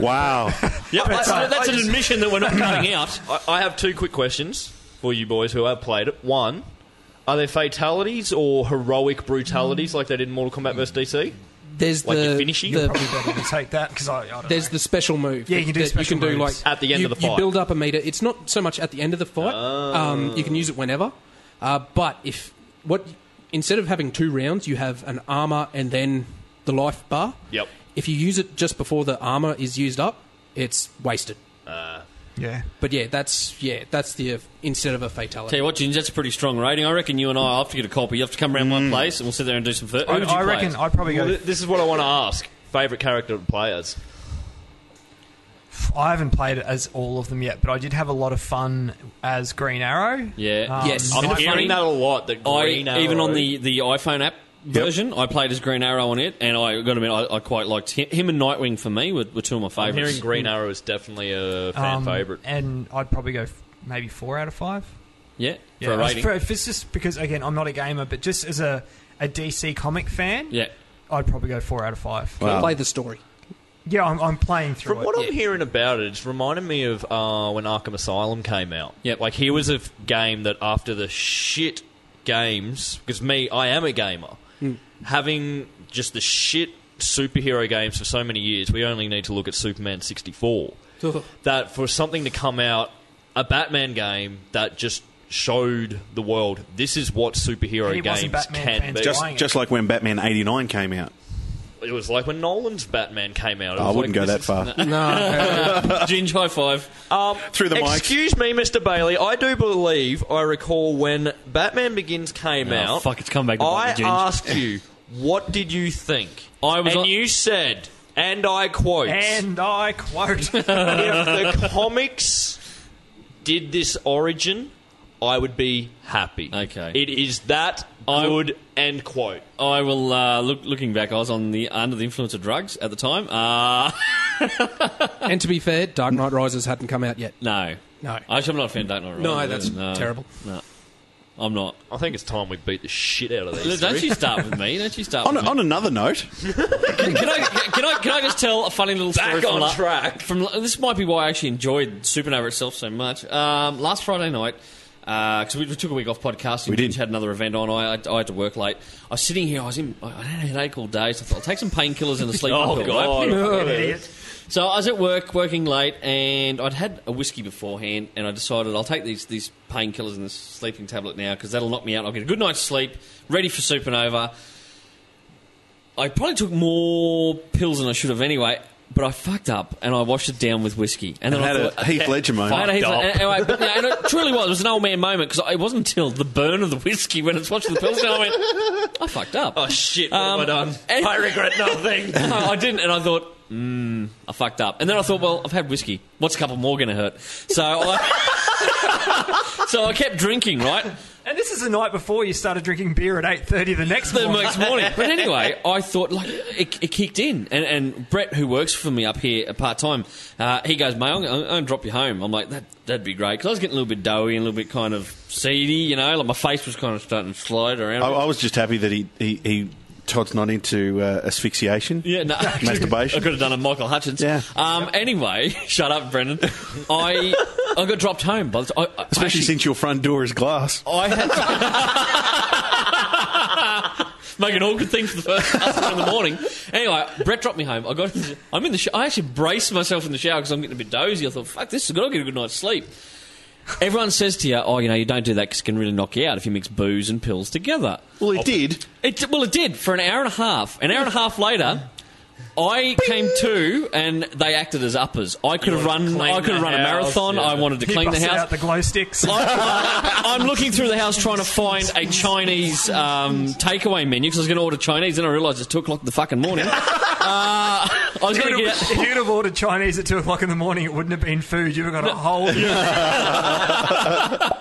Speaker 4: Wow,
Speaker 1: Yep, that's,
Speaker 3: I-
Speaker 1: that's
Speaker 3: I
Speaker 1: an
Speaker 3: just-
Speaker 1: admission that we're not
Speaker 3: [COUGHS]
Speaker 1: cutting out.
Speaker 5: I, I have two quick questions for you boys who have played it. One, are there fatalities or heroic brutalities like they did in Mortal Kombat vs. DC?
Speaker 2: There's
Speaker 5: Like
Speaker 2: the
Speaker 5: you're finishing?
Speaker 2: the-
Speaker 3: Probably better to take that because I, I don't
Speaker 2: there's
Speaker 3: know.
Speaker 2: the special move.
Speaker 3: Yeah, you can do
Speaker 2: that
Speaker 3: special
Speaker 2: you can
Speaker 3: moves.
Speaker 2: do like
Speaker 5: At the end
Speaker 2: you-
Speaker 5: of the
Speaker 2: You
Speaker 5: fight.
Speaker 2: build up a meter. It's not so much at the end of the fight. Um, you can use it whenever, uh, but if what instead of having two rounds, you have an armor and then the life bar.
Speaker 5: Yep.
Speaker 2: If you use it just before the armor is used up, it's wasted.
Speaker 3: yeah.
Speaker 2: But yeah, that's yeah, that's the instead of a
Speaker 1: Tell
Speaker 2: fatality.
Speaker 1: you what, Ginge, that's a pretty strong rating. I reckon you and I, I'll have to get a copy. You have to come around my place and we'll sit there and do some. Fir-
Speaker 3: I,
Speaker 1: Who would you
Speaker 3: I
Speaker 1: play
Speaker 3: reckon
Speaker 1: as?
Speaker 3: I probably
Speaker 5: Well,
Speaker 3: go.
Speaker 5: th- this is what I want to ask. Favorite character of players?
Speaker 3: I haven't played it as all of them yet, but I did have a lot of fun as Green Arrow.
Speaker 1: Yeah.
Speaker 3: Um,
Speaker 2: Yes.
Speaker 1: I'm
Speaker 5: I'm
Speaker 1: hearing-
Speaker 5: hearing that a lot. The
Speaker 1: I
Speaker 5: green arrow.
Speaker 1: even on the, the iPhone app version, I played as Green Arrow on it, and I got to admit, I, I quite liked him, him and Nightwing. For me, were, were two of my
Speaker 5: I'm
Speaker 1: favourites.
Speaker 5: hearing Green Arrow is definitely a fan
Speaker 3: um,
Speaker 5: favorite.
Speaker 3: And I'd probably go f- maybe four out of five.
Speaker 1: yeah,
Speaker 3: Yeah,
Speaker 1: for a rating.
Speaker 3: for- if it's just because again I'm not a gamer, but just as a, a DC comic fan,
Speaker 1: yeah, [LAUGHS]
Speaker 3: I'd probably go four out of five.
Speaker 4: Wow.
Speaker 2: Play the
Speaker 3: [LAUGHS]
Speaker 2: story.
Speaker 3: Yeah, I'm, I'm playing through
Speaker 5: From
Speaker 3: it.
Speaker 5: what I'm hearing about it, it's reminding me of uh, when Arkham Asylum came out.
Speaker 1: Yep.
Speaker 5: Like, here was a f- game that after the shit games, because me, I am a gamer,
Speaker 3: Hmm.
Speaker 5: having just the shit superhero games for so many years, we only need to look at Superman 64. that for something to come out, a Batman game that just showed the world this is what superhero
Speaker 3: And it wasn't
Speaker 5: games
Speaker 3: Batman
Speaker 5: can
Speaker 3: fans
Speaker 5: be.
Speaker 3: Just-
Speaker 4: just just like when Batman '89 came out.
Speaker 5: it was like when Nolan's Batman came out. It
Speaker 4: I
Speaker 5: was
Speaker 4: wouldn't
Speaker 5: like,
Speaker 4: go
Speaker 5: this
Speaker 4: that
Speaker 5: is-
Speaker 4: far.
Speaker 2: No,
Speaker 1: Ginge, high five.
Speaker 5: Um,
Speaker 4: Through the mics.
Speaker 5: Excuse me, Mr. Bailey. I do believe I recall when Batman Begins came
Speaker 1: Oh,
Speaker 5: out.
Speaker 1: fuck, it's come back to
Speaker 5: I
Speaker 1: bite me, Ginge.
Speaker 5: asked
Speaker 1: [LAUGHS]
Speaker 5: you, what did you think?
Speaker 1: I was
Speaker 5: and
Speaker 1: on-
Speaker 5: you said, and I quote,
Speaker 3: and
Speaker 1: [LAUGHS]
Speaker 3: I quote,
Speaker 5: [LAUGHS] if the comics did this origin, I would be happy.
Speaker 1: Okay.
Speaker 5: It is that
Speaker 1: I-
Speaker 5: good end quote.
Speaker 1: I will uh, look. Looking back, I was on the under the influence of drugs at the time. Uh, [LAUGHS]
Speaker 2: and to be fair, Dark Knight Rises hadn't come out yet.
Speaker 1: no,
Speaker 2: No.
Speaker 1: Actually, I'm not a fan. Don't know.
Speaker 2: No, that's terrible.
Speaker 1: No, I'm not.
Speaker 5: I think it's time we beat the shit out of these.
Speaker 1: Don't you start with me. Don't you
Speaker 2: [LAUGHS]
Speaker 1: start
Speaker 4: On,
Speaker 1: with me.
Speaker 4: on another note,
Speaker 1: can I can I can I just tell a funny little story
Speaker 5: Back
Speaker 1: from
Speaker 5: on
Speaker 1: la-
Speaker 5: track.
Speaker 1: From la- this might be why I actually enjoyed Supernova itself so much. Um, last Friday night. Because we we took a week off podcasting,
Speaker 4: We did.
Speaker 1: had another event on. I, I, I had to work late. I was sitting here. I was in. I had a headache all day, so I thought I'll take some painkillers and a sleeping
Speaker 5: Oh,
Speaker 1: pill. [LAUGHS]
Speaker 5: God.
Speaker 1: right?
Speaker 3: Fucking idiot.
Speaker 1: So I was at work, working late, and I'd had a whiskey beforehand, and I decided I'll take these these painkillers and this sleeping tablet now because that'll knock me out. I'll get a good night's sleep, ready for supernova. I probably took more pills than I should have anyway, but I fucked up and I washed it down with whiskey. And then
Speaker 4: had
Speaker 1: I
Speaker 4: a
Speaker 1: thought,
Speaker 4: Heath Ledger moment.
Speaker 1: I had a heap of-
Speaker 5: Fucked
Speaker 1: and, and I- but- and it truly was. It was an old man moment because it wasn't until the burn of the whiskey when it's watching the pills down. I went, I fucked up. [LAUGHS]
Speaker 5: Oh shit! What have I done?
Speaker 1: and- [LAUGHS]
Speaker 5: I regret nothing.
Speaker 1: No, I didn't, and I thought mm, I fucked up. And then I thought, well, I've had whiskey. What's a couple more going to hurt? So I, so I [LAUGHS] kept drinking, right?
Speaker 3: And this is the night before you started drinking beer at eight thirty the next
Speaker 1: the
Speaker 3: morning.
Speaker 1: next morning. But anyway, I thought like it, it kicked in, and, and Brett, who works for me up here part time, uh, he goes, "Mate, I'm, gonna- I'm going to drop you home." I'm like, "That that'd be great," because I was getting a little bit doughy and a little bit kind of seedy, you know, like my face was kind of starting to slide around.
Speaker 4: I, I was just happy that he, he, he Todd's not into uh, asphyxiation.
Speaker 1: Yeah, no.
Speaker 4: [LAUGHS] Masturbation.
Speaker 1: I could have done a Michael Hutchins.
Speaker 4: Yeah.
Speaker 1: Um, anyway, [LAUGHS] shut up, Brendan. I I got dropped home. By the time, I, I
Speaker 4: Especially
Speaker 1: actually-
Speaker 4: since your front door is glass.
Speaker 1: I had to [LAUGHS] make an awkward thing for the first [LAUGHS] customer in the morning. Anyway, Brett dropped me home. I got, I'm in the. Sh- I actually braced myself in the shower because I'm getting a bit dozy. I thought, fuck, this is good. I'll get a good night's sleep. Everyone says to you, oh, you know, you don't do that because it can really knock you out if you mix booze and pills together. Oh,
Speaker 4: Well, it did.
Speaker 1: It well, it did for an hour and a half. An hour and a half later, I came to, and they acted as uppers. I could have
Speaker 5: wanted to
Speaker 1: run.
Speaker 5: clean
Speaker 1: I could
Speaker 5: the
Speaker 1: have run a
Speaker 5: house,
Speaker 1: marathon.
Speaker 5: yeah.
Speaker 1: I wanted to
Speaker 3: He
Speaker 1: clean the
Speaker 3: [LAUGHS] busted
Speaker 1: house.
Speaker 3: out the glow sticks.
Speaker 1: I, I'm looking through the house trying to find a Chinese um, takeaway menu because I was going to order Chinese, and I realised it's two o'clock in the fucking
Speaker 5: [LAUGHS]
Speaker 1: morning. Uh, I was going to
Speaker 3: [LAUGHS]
Speaker 1: get.
Speaker 3: if you'd have ordered Chinese at two o'clock in the morning, it wouldn't have been food. You've got a whole.
Speaker 1: [LAUGHS]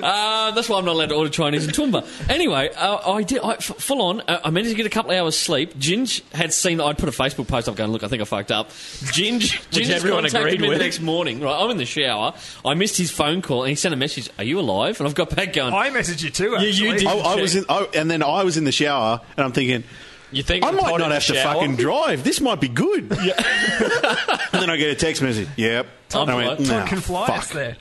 Speaker 1: Uh, that's why I'm not allowed to order Chinese in Toowoomba. Anyway, uh, I did I, f- full on. Uh, I managed to get a couple of hours sleep. Ginge had seen that I'd put a Facebook post up going, "Look, I think I fucked up."
Speaker 5: [LAUGHS]
Speaker 1: Ginge, Ginge
Speaker 5: everyone
Speaker 1: contacted
Speaker 5: agreed
Speaker 1: me
Speaker 5: with.
Speaker 1: the next morning. Right, I'm in the shower. I missed his phone call, and he sent a message, "Are you alive?" And I've got back going.
Speaker 3: I messaged you too. Actually.
Speaker 1: you did.
Speaker 5: Oh,
Speaker 4: I, I
Speaker 1: check.
Speaker 4: was in, I, and then I was in the shower, and I'm thinking,
Speaker 5: You think
Speaker 4: I
Speaker 5: I'm
Speaker 4: might
Speaker 5: tired in
Speaker 4: not
Speaker 5: the
Speaker 4: have to
Speaker 5: shower?
Speaker 4: fucking drive. This might be good. [LAUGHS] and then I get a text message. Yep. And I went,
Speaker 1: flies.
Speaker 4: nah,
Speaker 3: Can fly
Speaker 4: fuck.
Speaker 3: us there.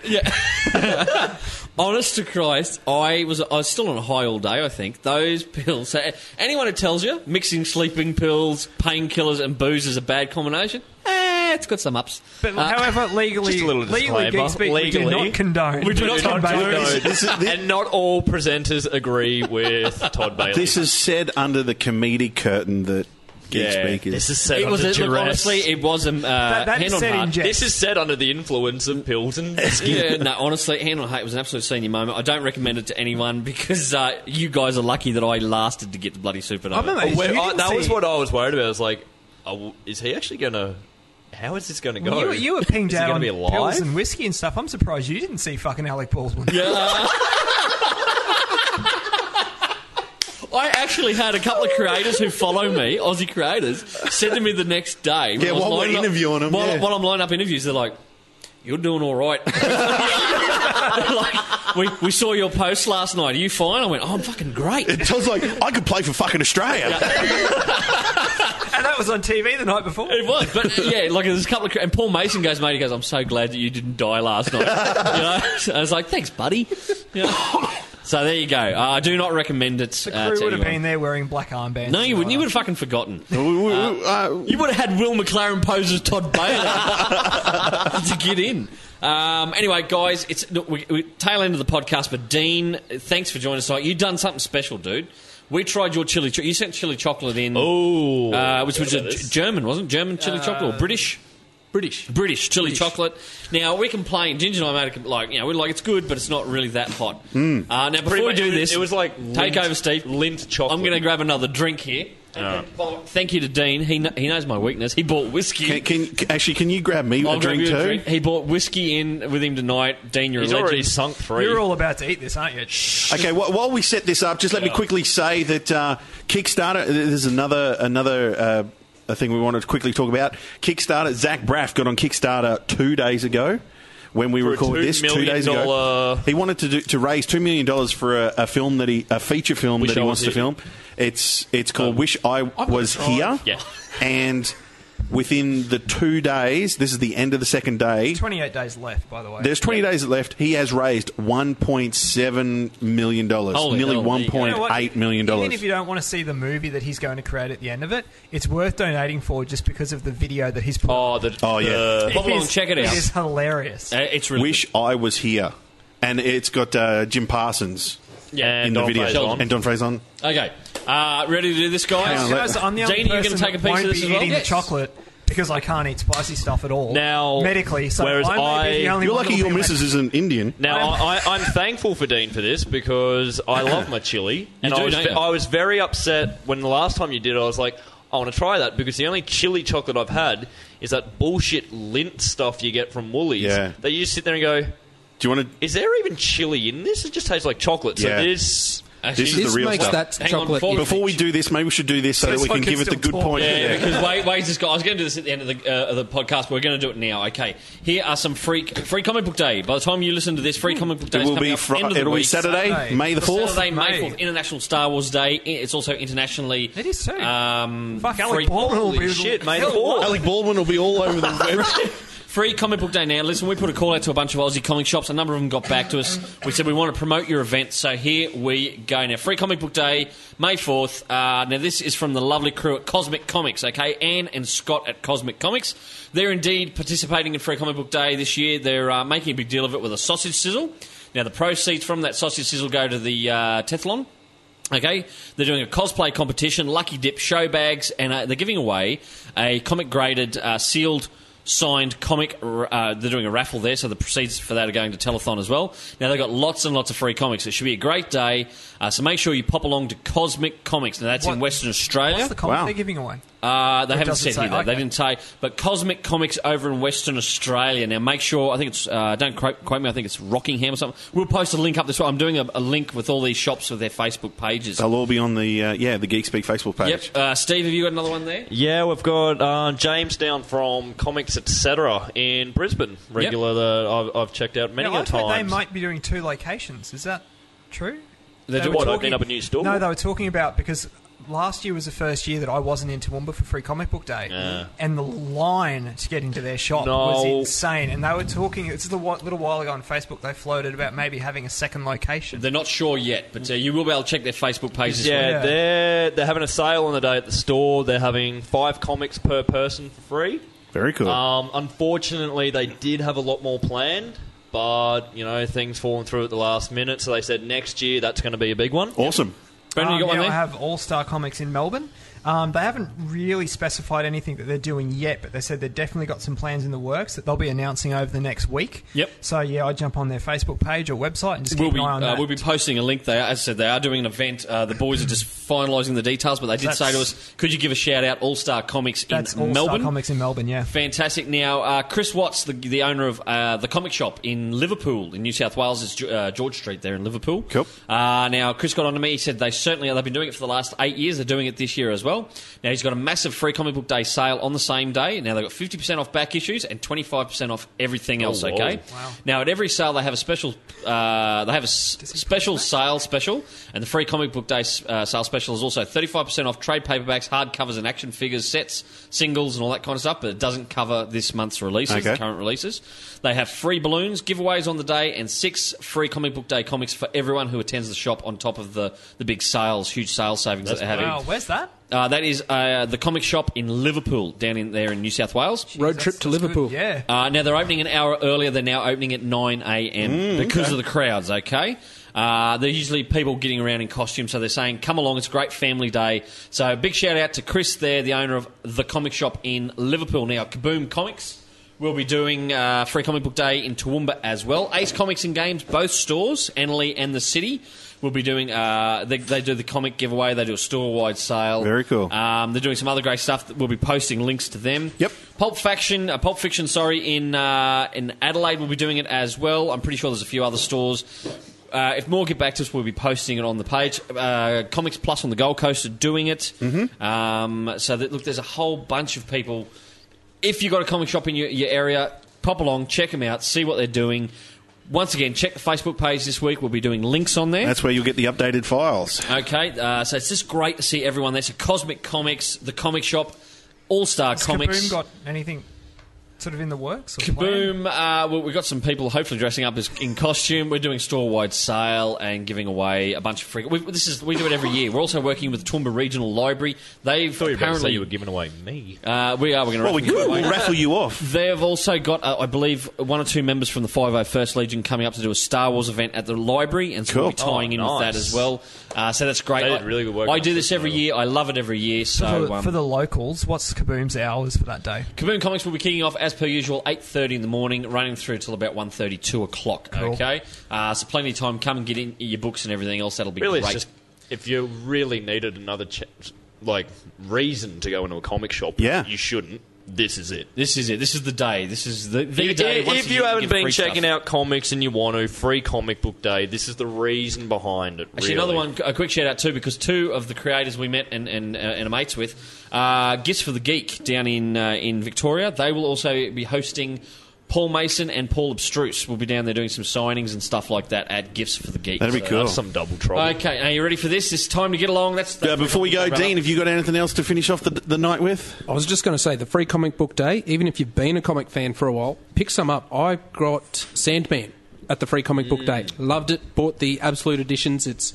Speaker 1: Honest to Christ, I was I was still on a high all day. I think those [LAUGHS] pills. So anyone who tells you mixing sleeping pills, painkillers, and booze is a bad combination, eh, it's got some ups.
Speaker 3: But
Speaker 1: Uh,
Speaker 3: however, legally,
Speaker 5: just a little
Speaker 3: legally,
Speaker 5: disclaimer.
Speaker 3: Geek Speak, we do
Speaker 5: Legally,
Speaker 3: not condone.
Speaker 1: we do not condone.
Speaker 3: condone.
Speaker 4: This- this is-
Speaker 5: and not all presenters agree with Todd Bailey.
Speaker 4: This is said under the comedic curtain that Geek
Speaker 5: yeah,
Speaker 4: Speak is. [LAUGHS]
Speaker 5: this is said
Speaker 1: it was
Speaker 5: under
Speaker 1: a, look,
Speaker 5: duress.
Speaker 1: honestly, it was um, uh,
Speaker 3: that
Speaker 1: hand
Speaker 3: is
Speaker 1: on
Speaker 3: said in
Speaker 1: heart.
Speaker 3: jest.
Speaker 5: This is said under the influence of
Speaker 3: [LAUGHS]
Speaker 5: pills and
Speaker 1: [LAUGHS] Yeah, no, honestly, hand on heart was an absolute senior moment. I don't recommend it to anyone because uh, you guys are lucky that I lasted to get the bloody supernova.
Speaker 3: I remember-
Speaker 5: Well,
Speaker 3: You
Speaker 5: I-
Speaker 3: didn't
Speaker 5: that was
Speaker 3: see-
Speaker 5: what I was worried about. I was like, oh, w- is he actually going to? How is this going to go?
Speaker 3: You, you were pinged
Speaker 5: is
Speaker 3: out on
Speaker 5: he gonna be alive?
Speaker 3: pills and whiskey and stuff. I'm surprised you didn't see fucking Alec Baldwin.
Speaker 1: Yeah. [LAUGHS] I actually had a couple of creators who follow me, Aussie creators, said to me the next day. when
Speaker 4: Yeah,
Speaker 1: I was
Speaker 4: while we're
Speaker 1: lining up-
Speaker 4: interviewing 'em,
Speaker 1: While,
Speaker 4: yeah.
Speaker 1: while I'm lining up interviews, they're like, "You're doing all right." [LAUGHS] They're like, we, we saw your post last night. Are you fine? I went, "Oh, I'm fucking
Speaker 4: [LAUGHS]
Speaker 1: great."
Speaker 4: I was like, I could play for fucking Australia.
Speaker 3: and that was on TV the night before.
Speaker 1: It was, but uh, yeah, like there's a couple of cra- and Paul Mason goes, mate, he goes, I'm so glad that you didn't die last
Speaker 4: [LAUGHS]
Speaker 1: night. You know, [LAUGHS] So I was like, thanks, buddy. You know? So there you go. Uh, I do not recommend it.
Speaker 3: The
Speaker 1: uh,
Speaker 3: crew
Speaker 1: to
Speaker 3: would have
Speaker 1: anyone.
Speaker 3: been there wearing black armbands.
Speaker 1: No, you wouldn't. You would have fucking forgotten.
Speaker 4: uh,
Speaker 1: You would have had Will McLaren pose as Todd Baylor [LAUGHS] to get in. Um, anyway, guys, it's look, we, we, tail end of the podcast. But Dean, thanks for joining us. tonight. you done something special, dude. We tried your chili. Cho- you sent chili chocolate in,
Speaker 5: Oh,
Speaker 1: uh, which was a G- German, wasn't it? German chili chocolate or British?
Speaker 2: British.
Speaker 1: British chili chocolate. Now we complain. Ginger and I made a, com- like you know we're like it's good, but it's not really that hot. Uh, now before we
Speaker 5: much-
Speaker 1: do
Speaker 5: it was-
Speaker 1: this,
Speaker 5: it was like
Speaker 1: take
Speaker 5: lint-
Speaker 1: over, Steve.
Speaker 5: lint chocolate.
Speaker 1: I'm going to grab another drink here. Well, Thank you to Dean. He kn- he knows my weakness. He bought whiskey.
Speaker 4: Can, can, can- actually, can you grab me
Speaker 1: I'll
Speaker 4: a
Speaker 1: grab
Speaker 4: drink
Speaker 1: you
Speaker 4: too?
Speaker 1: a drink. He bought whiskey in with him tonight. Dean, you're
Speaker 5: He's
Speaker 1: a legend.
Speaker 5: already sunk three.
Speaker 3: You're all about to eat this, aren't you?
Speaker 4: Okay, wh- while we set this up, just let me quickly say that uh, Kickstarter. There's another another uh, a thing we wanted to quickly talk about. Kickstarter. Zach Braff got on Kickstarter two days ago. When we
Speaker 5: a
Speaker 4: record
Speaker 5: $2
Speaker 4: this, two
Speaker 5: million
Speaker 4: days ago,
Speaker 5: dollar-
Speaker 4: he wanted to do, to raise two million dollars for a, a film that he a feature film
Speaker 5: Wish
Speaker 4: that he
Speaker 5: I
Speaker 4: wants
Speaker 5: Was
Speaker 4: to
Speaker 5: Here. Um,
Speaker 4: film. It's it's called Wish I
Speaker 2: I've
Speaker 4: Was
Speaker 2: got it right.
Speaker 4: Here.
Speaker 5: Yeah.
Speaker 4: and within the two days, this is the end of the second day.
Speaker 3: 28 days left, by the way.
Speaker 4: There's 20 days left. He has raised 1.7 million dollars,
Speaker 1: Holy
Speaker 4: nearly
Speaker 1: hell, there you go.
Speaker 3: You know what?
Speaker 4: 1.8 million
Speaker 3: Even if
Speaker 4: dollars.
Speaker 3: you don't want to see the movie that he's going to create at the end of it, it's worth donating for just because of the video that he's put.
Speaker 5: Oh, the,
Speaker 4: Oh, yeah.
Speaker 5: the-
Speaker 1: Bob Long, check it out.
Speaker 3: It is hilarious.
Speaker 1: Uh, it's Uh, really
Speaker 4: Wish I was here, and it's got uh, Jim Parsons
Speaker 5: yeah,
Speaker 4: in the
Speaker 5: Don
Speaker 4: video
Speaker 5: Faison.
Speaker 4: and Don Faison.
Speaker 1: good. okay. Uh, ready to do this, guys?
Speaker 4: Hang on,
Speaker 3: Can I say, I'm the only
Speaker 1: Dean, are you
Speaker 3: person
Speaker 1: gonna take a
Speaker 3: that
Speaker 1: piece
Speaker 3: won't
Speaker 1: of this
Speaker 3: be
Speaker 1: as well?
Speaker 3: eating
Speaker 1: Yes.
Speaker 3: the chocolate because I can't eat spicy stuff at all.
Speaker 5: Now-
Speaker 3: medically, so
Speaker 5: whereas
Speaker 3: I may be the
Speaker 5: I-
Speaker 3: only
Speaker 4: You're
Speaker 3: one
Speaker 4: lucky
Speaker 3: that'll
Speaker 4: your
Speaker 3: be left.
Speaker 4: missus is an Indian.
Speaker 5: Now I, I, I'm thankful for Dean for this because I love my chili, and
Speaker 1: do,
Speaker 5: I was
Speaker 1: don't you?
Speaker 5: I was very upset when the last time you did. it, I was like, I want to try that because the only chili chocolate I've had is that bullshit lint stuff you get from Woolies.
Speaker 4: Yeah.
Speaker 5: That you just sit there and go,
Speaker 4: Do you want to?
Speaker 5: is there even chili in this? It just tastes like chocolate. So
Speaker 4: Yeah.
Speaker 5: this.
Speaker 1: Actually,
Speaker 4: This is
Speaker 2: This
Speaker 4: the real
Speaker 2: makes
Speaker 4: stuff.
Speaker 2: that
Speaker 1: Hang on,
Speaker 2: chocolate.
Speaker 1: before-
Speaker 4: Before we do this, maybe we should do this so
Speaker 3: So
Speaker 4: that we
Speaker 3: I
Speaker 4: can
Speaker 3: can
Speaker 4: give it the
Speaker 3: still
Speaker 4: good
Speaker 3: talk.
Speaker 4: point.
Speaker 1: Yeah,
Speaker 4: Yeah.
Speaker 1: because Wade, Wade's just got. I was going to do this at the end of the, uh, of the podcast, but we're going to do it now. Okay, here are some free free comic book day. By the time you listen to this, free comic book day
Speaker 4: Hmm. It
Speaker 1: is
Speaker 4: will
Speaker 1: coming
Speaker 4: be
Speaker 1: up
Speaker 4: Fri-
Speaker 1: end of the
Speaker 4: it'll be
Speaker 1: week.
Speaker 4: Saturday,
Speaker 3: Saturday.
Speaker 4: May the fourth.
Speaker 1: Saturday, May
Speaker 3: May.
Speaker 1: 4th, International Star Wars Day. It's also internationally.
Speaker 3: It is too.
Speaker 1: Um,
Speaker 3: Fuck, Alec
Speaker 1: free,
Speaker 3: Baldwin will
Speaker 5: Holy
Speaker 3: be-
Speaker 5: shit, mate.
Speaker 3: Hell,
Speaker 5: Four.
Speaker 4: Alec Baldwin will be all over the [LAUGHS] web.
Speaker 1: [LAUGHS] free comic book day now. Listen, we put a call out to a bunch of Aussie comic shops. A number of them got back to us. We said we want to promote your event, so here we go now. Free comic book day, May 4th. Uh, now, this is from the lovely crew at Cosmic Comics, okay? Anne and Scott at Cosmic Comics. They're indeed participating in Free Comic Book Day this year. They're uh, making a big deal of it with a sausage sizzle. Now, the proceeds from that sausage sizzle go to the uh, Tethlon. Okay, they're doing a cosplay competition, lucky dip show bags, and uh, they're giving away a comic graded uh, sealed signed comic. Uh, they're doing a raffle there, so the proceeds for that are going to Telethon as well. Now they've got lots and lots of free comics. It should be a great day. Uh, so make sure you pop along to Cosmic Comics. Now that's in
Speaker 3: What-
Speaker 1: Western Australia.
Speaker 3: What's the comic
Speaker 4: Wow.
Speaker 3: they're giving away?
Speaker 1: Uh, they haven't
Speaker 3: doesn't
Speaker 1: said here.
Speaker 3: say,
Speaker 1: though. They
Speaker 3: okay.
Speaker 1: didn't say. But Cosmic Comics over in Western Australia. Now, make sure. I think it's. Uh, don't quote, quote me. I think it's Rockingham or something. We'll post a link up this way. I'm doing a, a link with all these shops with their Facebook pages.
Speaker 4: They'll all be on the uh, yeah the Geek Speak Facebook page.
Speaker 1: Yep. Uh, Steve, have you got another one there?
Speaker 5: Yeah, we've got uh, James down from Comics Etc. in Brisbane. Regular that I've, I've checked out many
Speaker 3: Now,
Speaker 5: a
Speaker 3: I've heard
Speaker 5: times.
Speaker 3: they might be doing two locations. Is that true?
Speaker 1: They're
Speaker 5: do
Speaker 1: doing
Speaker 5: what,
Speaker 3: were
Speaker 5: opening up a new store?
Speaker 3: No, they were talking about because last year was the first year that I wasn't in Toowoomba for Free Comic Book Day,
Speaker 5: Yeah.
Speaker 3: and the line to get into their shop
Speaker 5: No.
Speaker 3: was insane. And they were talking. It's a wa- little while ago on Facebook. They floated about maybe having a second location.
Speaker 1: They're not sure yet, but uh, you will be able to check their Facebook pages.
Speaker 5: yeah,
Speaker 3: Yeah.
Speaker 5: they're they're having a sale on the day at the store. They're having five comics per person for free.
Speaker 4: Very cool.
Speaker 5: Um, unfortunately, they did have a lot more planned, but you know things falling through at the last minute. So they said next year that's going to be a big one.
Speaker 4: awesome.
Speaker 1: Brendan, you got
Speaker 3: Um,
Speaker 1: one
Speaker 3: yeah,
Speaker 1: there?
Speaker 3: I have All Star Comics in Melbourne. Um, they haven't really specified anything that they're doing yet, but they said they've definitely got some plans in the works that they'll be announcing over the next week.
Speaker 1: Yep.
Speaker 3: So yeah, I jump on their Facebook page or website and just
Speaker 1: We'll
Speaker 3: keep
Speaker 1: be,
Speaker 3: an eye on
Speaker 1: uh,
Speaker 3: that.
Speaker 1: we'll be posting a link. They, as I said, they are doing an event. Uh, the boys are just finalising the details, but they did
Speaker 3: That's-
Speaker 1: say to us, "Could you give a shout out All Star Comics in
Speaker 3: That's All Star
Speaker 1: Melbourne?"
Speaker 3: Comics in Melbourne. Yeah.
Speaker 1: Fantastic. Now, uh, Chris Watts, the, the owner of uh, the comic shop in Liverpool, in New South Wales, is Ge- uh, George Street there in Liverpool.
Speaker 4: Cool.
Speaker 1: Uh, now, Chris got on to me. He said they certainly they've been doing it for the last eight years. They're doing it this year as well. Now he's got a massive free comic book day sale on the same day. Now they've got fifty percent off back issues and twenty five percent off everything else.
Speaker 5: wow.
Speaker 1: Okay.
Speaker 3: Wow.
Speaker 1: Now at every sale they have a special uh, they have a s- special sale special, and the free comic book day uh, sale special is also thirty five percent off trade paperbacks, hardcovers, and action figures, sets, singles, and all that kind of stuff. But it doesn't cover this month's releases, the
Speaker 4: Okay.
Speaker 1: current releases. They have free balloons, giveaways on the day, and six free comic book day comics for everyone who attends the shop. On top of the the big sales, huge sales savings that they're having.
Speaker 3: Wow, where's that?
Speaker 1: Uh, that is uh, the comic shop in Liverpool, down in there in New South Wales.
Speaker 2: Road trip to
Speaker 3: That's good.
Speaker 2: Liverpool.
Speaker 3: Yeah.
Speaker 1: Uh, now they're opening an hour earlier. They're now opening at nine
Speaker 4: Mm,
Speaker 1: a.m. because of the crowds. Okay, uh, they're usually people getting around in costume, so they're saying, "Come along, it's a great family day." So big shout out to Chris there, the owner of the comic shop in Liverpool. Now Kaboom Comics. will be doing uh, Free Comic Book Day in Toowoomba as well. Ace Comics and Games, both stores, Annalee and the City, will be doing. Uh, they, they do the comic giveaway. They do a store wide sale.
Speaker 4: Very cool.
Speaker 1: Um, they're doing some other great stuff. We'll be posting links to them.
Speaker 4: Yep.
Speaker 1: Pulp Fiction, uh, Pulp Fiction, sorry, in uh, in Adelaide will be doing it as well. I'm pretty sure there's a few other stores. Uh, if more get back to us, we'll be posting it on the page. Uh, Comics Plus on the Gold Coast are doing it. Mm-hmm. Um, so that, look, there's a whole bunch of people. If you've got a comic shop in your, your area, pop along, check them out, see what they're doing. Once again, check the Facebook page this week. We'll be doing links on there.
Speaker 4: That's where you'll get the updated files.
Speaker 1: Okay, uh, so it's just great to see everyone there. So Cosmic Comics, the comic shop, All Star
Speaker 3: Has
Speaker 1: Comics.
Speaker 3: Kaboom got anything sort of in the works? Or planned?
Speaker 1: Kaboom! Uh, well, we've got some people hopefully dressing up as in costume. We're doing store-wide sale and giving away a bunch of free. We, this is we do it every year. We're also working with the Toowoomba Regional Library. They've
Speaker 5: I thought you were about to say
Speaker 1: apparently
Speaker 5: you were giving away me.
Speaker 1: uh, we are. We're going to
Speaker 4: Well, we could. We'll raffle you off.
Speaker 1: they have also got, uh, I believe, one or two members from the 501st Legion coming up to do a Star Wars event at the library, and so we'll be
Speaker 4: Cool.
Speaker 1: tying
Speaker 5: Oh,
Speaker 1: in with
Speaker 5: nice.
Speaker 1: that as well. Uh, so that's great.
Speaker 5: They did really good work
Speaker 1: I
Speaker 5: on
Speaker 1: do
Speaker 5: that
Speaker 1: this every
Speaker 5: system.
Speaker 1: year. I love it every year.
Speaker 3: For,
Speaker 1: So
Speaker 3: the,
Speaker 1: um,
Speaker 3: for the locals, what's Kaboom's hours for that day?
Speaker 1: Kaboom Comics will be kicking off as per usual, eight thirty in the morning, running through till about 1.30, 2 o'clock.
Speaker 3: Cool.
Speaker 1: Okay, uh, so plenty of time. Come and get in your books and everything else. That'll be
Speaker 5: Really,
Speaker 1: great.
Speaker 5: it's just if you really needed another ch- like reason to go into a comic shop.
Speaker 4: Yeah.
Speaker 5: you shouldn't. This is it.
Speaker 1: This is it. This is the day. This is the, the
Speaker 5: If,
Speaker 1: day.
Speaker 5: if
Speaker 1: once a
Speaker 5: you
Speaker 1: year
Speaker 5: haven't
Speaker 1: give
Speaker 5: been
Speaker 1: free stuff.
Speaker 5: checking out comics and you want to, free comic book day. This is the reason behind it.
Speaker 1: Actually,
Speaker 5: really.
Speaker 1: another one, a quick shout out too, because two of the creators we met and and, uh, and are mates with, uh, Gifts for the Geek down in uh, in Victoria. They will also be hosting. Paul Mason and Paul Abstruse will be down there doing some signings and stuff like that at Gifts for the Geek.
Speaker 4: That'd be
Speaker 1: So,
Speaker 4: cool.
Speaker 5: That's some double trouble.
Speaker 1: Okay, are you ready for this? It's time to get along. That's,
Speaker 4: Uh,
Speaker 1: that's
Speaker 4: before we go,
Speaker 1: wrap up.
Speaker 4: Dean, have you got anything else to finish off the, the night with?
Speaker 2: I was just going to say the free comic book day. Even if you've been a comic fan for a while, pick some up. I got Sandman at the free comic book
Speaker 5: Mm.
Speaker 2: day. Loved it. Bought the absolute editions. It's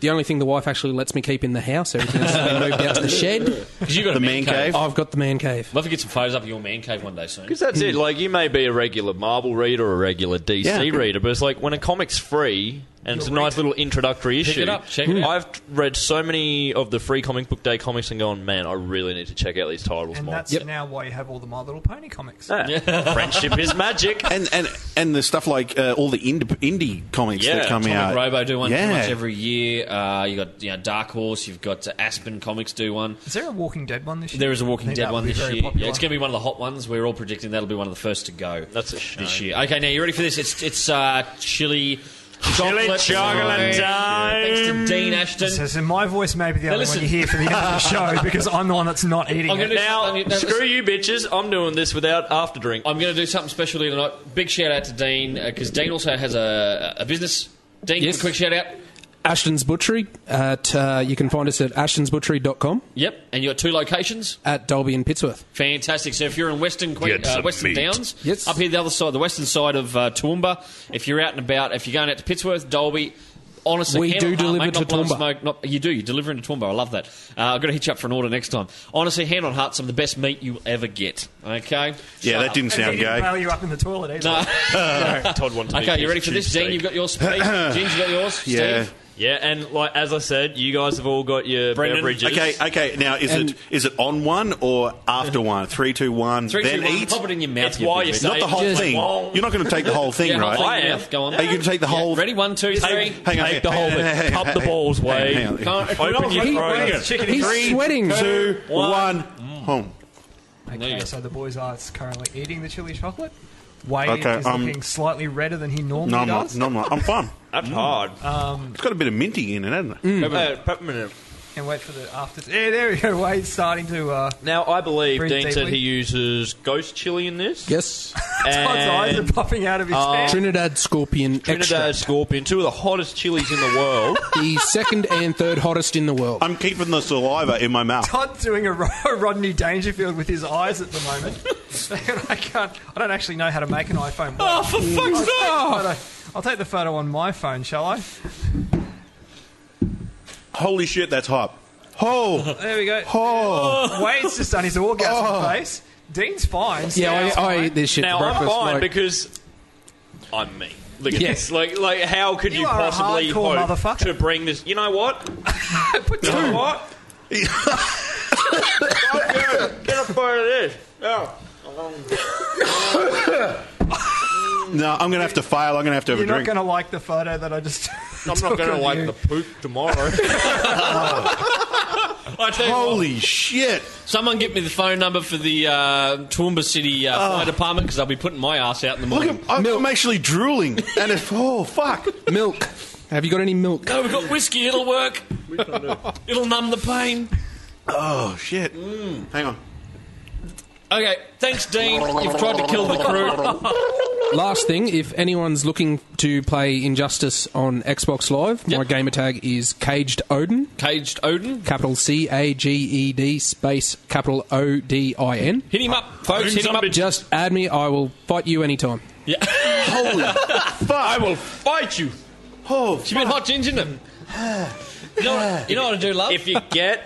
Speaker 2: the only thing the wife actually lets me keep in the house. Everything else has been moved out to the shed.
Speaker 1: 'Cause you got
Speaker 4: The
Speaker 1: a man
Speaker 4: man
Speaker 1: cave.
Speaker 4: cave.
Speaker 2: I've got the man cave.
Speaker 1: Love to get some photos up of your man cave one day soon.
Speaker 5: Because that's it. Like you may be a regular Marvel reader or a regular DC
Speaker 4: Yeah.
Speaker 5: reader, but it's like when a comic's free and it's a nice little introductory issue.
Speaker 1: it up, check it out.
Speaker 5: I've t- read so many of the free comic book day comics and gone, man, I really need to check out these titles
Speaker 3: And
Speaker 5: more.
Speaker 3: that's
Speaker 2: Yep.
Speaker 3: now why you have all the My Little Pony comics.
Speaker 1: Ah.
Speaker 5: Yeah. [LAUGHS] Friendship is [LAUGHS] magic.
Speaker 4: And and and the stuff like uh, all the indie, indie comics
Speaker 5: Yeah,
Speaker 4: that come
Speaker 5: Atomic
Speaker 4: out.
Speaker 1: Robo do one pretty
Speaker 4: Yeah.
Speaker 1: much every year. Uh, you got you know, Dark Horse. You've got uh, Aspen Comics do one.
Speaker 3: Is there a Walking Dead one this year?
Speaker 1: There is a
Speaker 3: I
Speaker 1: Walking
Speaker 3: think
Speaker 1: Dead
Speaker 3: that
Speaker 1: one
Speaker 3: would be
Speaker 1: this
Speaker 3: very
Speaker 1: year.
Speaker 3: popular.
Speaker 1: Yeah, it's going to be one of the hot ones. We're all predicting that'll be one of the first to go.
Speaker 5: That's a shame.
Speaker 1: this year. Okay, now you ready for this? It's it's uh, chili. Chocolate
Speaker 5: chocolate time.
Speaker 1: Thanks to Dean Ashton.
Speaker 3: So, so my voice may be the only
Speaker 1: listen.
Speaker 3: one you hear for the end of
Speaker 1: [LAUGHS]
Speaker 3: the show because I'm the one that's not eating
Speaker 1: I'm
Speaker 3: it.
Speaker 1: gonna-
Speaker 5: Now,
Speaker 1: Now,
Speaker 5: screw you bitches. I'm doing this without after drink.
Speaker 1: I'm going to do something special here tonight. Big shout out to Dean because Dean also has a, a business. Dean, give
Speaker 2: Yes.
Speaker 1: a quick shout out.
Speaker 2: Ashton's Butchery. At uh, you can find us at ashtonsbutchery.com
Speaker 1: Yep, and you got two locations.
Speaker 2: at Dolby and Pittsworth.
Speaker 1: Fantastic. So if you're in Western Queen,
Speaker 5: Get
Speaker 1: uh,
Speaker 5: some
Speaker 1: Western
Speaker 5: meat.
Speaker 1: Downs,
Speaker 2: Yes.
Speaker 1: up here the other side, the western side of uh, Toowoomba, if you're out and about, if you're going out to Pittsworth, Dolby, honestly,
Speaker 2: We
Speaker 1: hand
Speaker 2: do
Speaker 1: on heart,
Speaker 2: deliver
Speaker 1: mate,
Speaker 2: to
Speaker 1: not blowing
Speaker 2: Toowoomba.
Speaker 1: Smoke, not, you do. You deliver into Toowoomba. I love that. Uh, I've got to hit you up for an order next time. Honestly, hand on heart, some of the best meat you'll ever get. Okay.
Speaker 4: Yeah, that
Speaker 3: And
Speaker 4: didn't sound
Speaker 3: he didn't
Speaker 4: gay.
Speaker 3: bail you up in the toilet either.
Speaker 5: Todd wants to be
Speaker 1: Okay, you
Speaker 5: his
Speaker 1: ready for this?
Speaker 5: cheapskate.
Speaker 1: Dean, you've got yours. Steve, Ginge, you got yours.
Speaker 4: Yeah.
Speaker 1: Steve.
Speaker 5: Yeah, and like as I said, you guys have all got your
Speaker 1: Brendan.
Speaker 5: beverages.
Speaker 4: Okay, okay. Now is
Speaker 2: And-
Speaker 4: it is it on one or after one? Three, two, one.
Speaker 1: Three,
Speaker 4: then
Speaker 1: two, one,
Speaker 4: eat.
Speaker 1: Pop it in your mouth.
Speaker 5: That's why
Speaker 1: big
Speaker 5: you
Speaker 1: bitch.
Speaker 5: say-
Speaker 4: Not the whole
Speaker 2: Just-
Speaker 4: thing. You're not going to take the whole thing,
Speaker 1: Yeah,
Speaker 4: right?
Speaker 1: whole thing
Speaker 5: I
Speaker 1: in your
Speaker 5: am.
Speaker 1: mouth. Go on.
Speaker 4: Are you going to take the whole?
Speaker 1: Ready? One, two, three.
Speaker 4: Hang on.
Speaker 5: Take the whole
Speaker 4: hang on,
Speaker 5: bit.
Speaker 4: hang on,
Speaker 5: Cup the
Speaker 4: hang on.
Speaker 5: balls, Wade.
Speaker 4: Hang on.
Speaker 1: Can't-
Speaker 5: Open your
Speaker 2: He-
Speaker 5: throat.
Speaker 2: He's
Speaker 3: three,
Speaker 2: sweating.
Speaker 4: Two,
Speaker 5: one.
Speaker 4: one, home.
Speaker 1: There you
Speaker 3: Okay,
Speaker 1: go.
Speaker 3: so the boys are currently eating the chili chocolate. Wade
Speaker 4: Okay,
Speaker 3: is
Speaker 4: um,
Speaker 3: looking slightly redder than he normally
Speaker 4: No, I'm not.
Speaker 3: does.
Speaker 4: No, I'm not. I'm fine.
Speaker 5: That's hard.
Speaker 4: It's got a bit of minty in it, hasn't it?
Speaker 5: Uh, peppermint.
Speaker 3: And wait for the after. Yeah, there we go. Wade's starting to. Uh, [LAUGHS]
Speaker 5: Now, I believe
Speaker 3: Breathe
Speaker 5: Dean said
Speaker 3: deeply.
Speaker 5: he uses ghost chili in this.
Speaker 2: Yes.
Speaker 3: Todd's eyes
Speaker 5: And
Speaker 3: are popping out of his
Speaker 1: Oh.
Speaker 3: head.
Speaker 2: Trinidad Scorpion
Speaker 5: Oh. Trinidad
Speaker 2: Extract.
Speaker 5: Scorpion, two of the hottest chilies in the world.
Speaker 2: The second and third hottest in the world.
Speaker 4: I'm keeping the saliva in my mouth.
Speaker 3: Todd's doing a Ro- [LAUGHS] Rodney Dangerfield with his eyes at the moment. [LAUGHS] I can't. I don't actually know how to make
Speaker 1: [LAUGHS]
Speaker 3: an iPhone.
Speaker 1: Oh,
Speaker 3: Work.
Speaker 1: for fuck's
Speaker 3: I'll,
Speaker 1: sake!
Speaker 3: take the photo- I'll take the photo on my phone, shall I?
Speaker 4: Holy shit, that's hot. Oh,
Speaker 3: There we go. [LAUGHS]
Speaker 4: oh.
Speaker 3: Wade's just done his orgasm face. Dean's fine.
Speaker 2: yeah,
Speaker 3: Stan's
Speaker 2: I, I
Speaker 3: fine.
Speaker 2: eat this shit
Speaker 5: now,
Speaker 2: for
Speaker 5: I'm
Speaker 2: breakfast.
Speaker 5: fine
Speaker 2: like-
Speaker 5: because I'm me. Look at
Speaker 2: Yeah.
Speaker 5: this. Like, like, how could you,
Speaker 3: You are a
Speaker 5: possibly
Speaker 3: hardcore
Speaker 5: hope
Speaker 3: motherfucker.
Speaker 5: to bring this? You know what?
Speaker 3: Put
Speaker 5: You
Speaker 3: two.
Speaker 5: know what? Fuck yeah. Get a part of this. Yeah.
Speaker 4: [LAUGHS] No, I'm going to have to fail. I'm going to have to have
Speaker 3: You're
Speaker 4: a
Speaker 3: not
Speaker 4: drink.
Speaker 3: going to like the photo that I just. [LAUGHS]
Speaker 5: I'm not going to like the poop [LAUGHS] tomorrow.
Speaker 1: I tell you what,
Speaker 4: Holy shit.
Speaker 1: Someone get me the phone number for the uh, Toowoomba City uh, Fire Department because I'll be putting my ass out in the
Speaker 4: Look,
Speaker 1: morning.
Speaker 4: I'm, I'm, I'm actually drooling. And it's, oh, [LAUGHS] fuck.
Speaker 2: Milk. Have you got any milk?
Speaker 1: No, we've got whiskey. It'll work. It'll numb the pain.
Speaker 4: Oh, shit. Hang on.
Speaker 1: Okay, thanks, Dean. You've tried to kill the crew.
Speaker 2: Last thing, if anyone's looking to play Injustice on Xbox Live, my
Speaker 1: Yep.
Speaker 2: gamer tag is Caged Odin,
Speaker 1: Caged Odin.
Speaker 2: capital C A G E D space capital O D I N.
Speaker 1: Hit him up, folks. Hit him up.
Speaker 2: Just add me, I will fight
Speaker 1: [LAUGHS]
Speaker 2: you anytime.
Speaker 4: Holy fuck. I will.
Speaker 5: Fight you.
Speaker 4: Oh,
Speaker 1: You've been hot ginger
Speaker 4: [SIGHS]
Speaker 1: him. You know, what, you know what I do love?
Speaker 5: If you get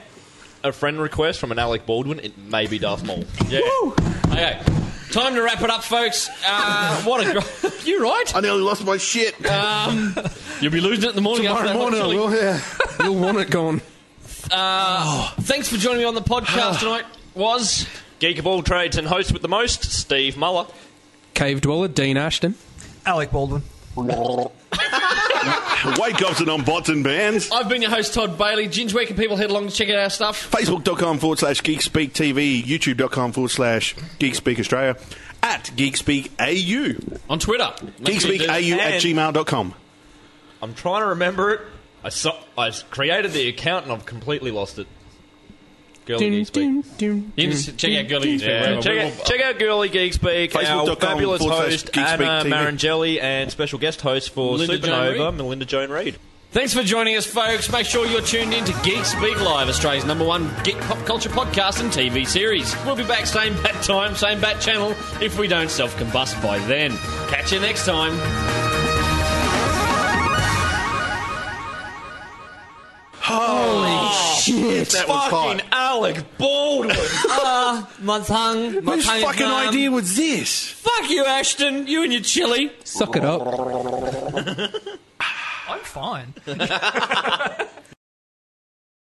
Speaker 5: a friend request from an Alec Baldwin, it may be Darth Maul. Yeah.
Speaker 1: Okay, time to wrap it up, folks. Uh, what a great. [LAUGHS] you right?
Speaker 4: I nearly lost my shit.
Speaker 1: Um, you'll be losing it in the morning. after
Speaker 4: Tomorrow
Speaker 1: that hot
Speaker 4: morning I
Speaker 1: chili.
Speaker 4: will, yeah.
Speaker 2: You'll want it gone.
Speaker 1: Thanks for joining me on the
Speaker 4: Ah.
Speaker 1: podcast tonight. Was
Speaker 5: Geek of all trades and host with the most, Steve Muller.
Speaker 2: Cave Dweller, Dean Ashton.
Speaker 3: Alec Baldwin.
Speaker 4: Wake Gobson on bots and bands.
Speaker 1: I've been your host, Todd Bailey. Ginge, where can people head along to check out our stuff?
Speaker 4: Facebook.com forward slash Geekspeak TV, YouTube.com forward slash Geekspeak Australia, at Geekspeak AU,
Speaker 1: On Twitter. Make sure you
Speaker 4: Geekspeak
Speaker 1: do-
Speaker 4: AU at
Speaker 5: And-
Speaker 4: gmail.com.
Speaker 5: I'm trying to remember it. I saw, I created the account and I've completely lost it. Girly Geek Speak.
Speaker 1: You can just check out Girly Geeks.
Speaker 5: Yeah, check, out, check out Girly Geek Speak, our
Speaker 4: Facebook.com
Speaker 5: fabulous
Speaker 4: forward slash
Speaker 5: host,
Speaker 4: Geek Speak
Speaker 5: Anna
Speaker 4: TV.
Speaker 5: Marangeli, and special guest host for
Speaker 1: Linda Joan
Speaker 5: Supernova,
Speaker 1: Reid.
Speaker 5: Melinda Joan Reid.
Speaker 1: Thanks for joining us, folks. Make sure you're tuned in to Geek Speak Live, Australia's number one geek pop culture podcast and TV series. We'll be back same bat time, same bat channel, if we don't self combust by then. Catch you next time.
Speaker 4: Shit, that was
Speaker 5: Fucking
Speaker 4: hot.
Speaker 5: Alec Baldwin!
Speaker 1: My tongue, my
Speaker 4: Whose fucking idea was this?
Speaker 1: Fuck you, Ashton. You and your chili.
Speaker 2: Suck it up.
Speaker 3: I'm fine.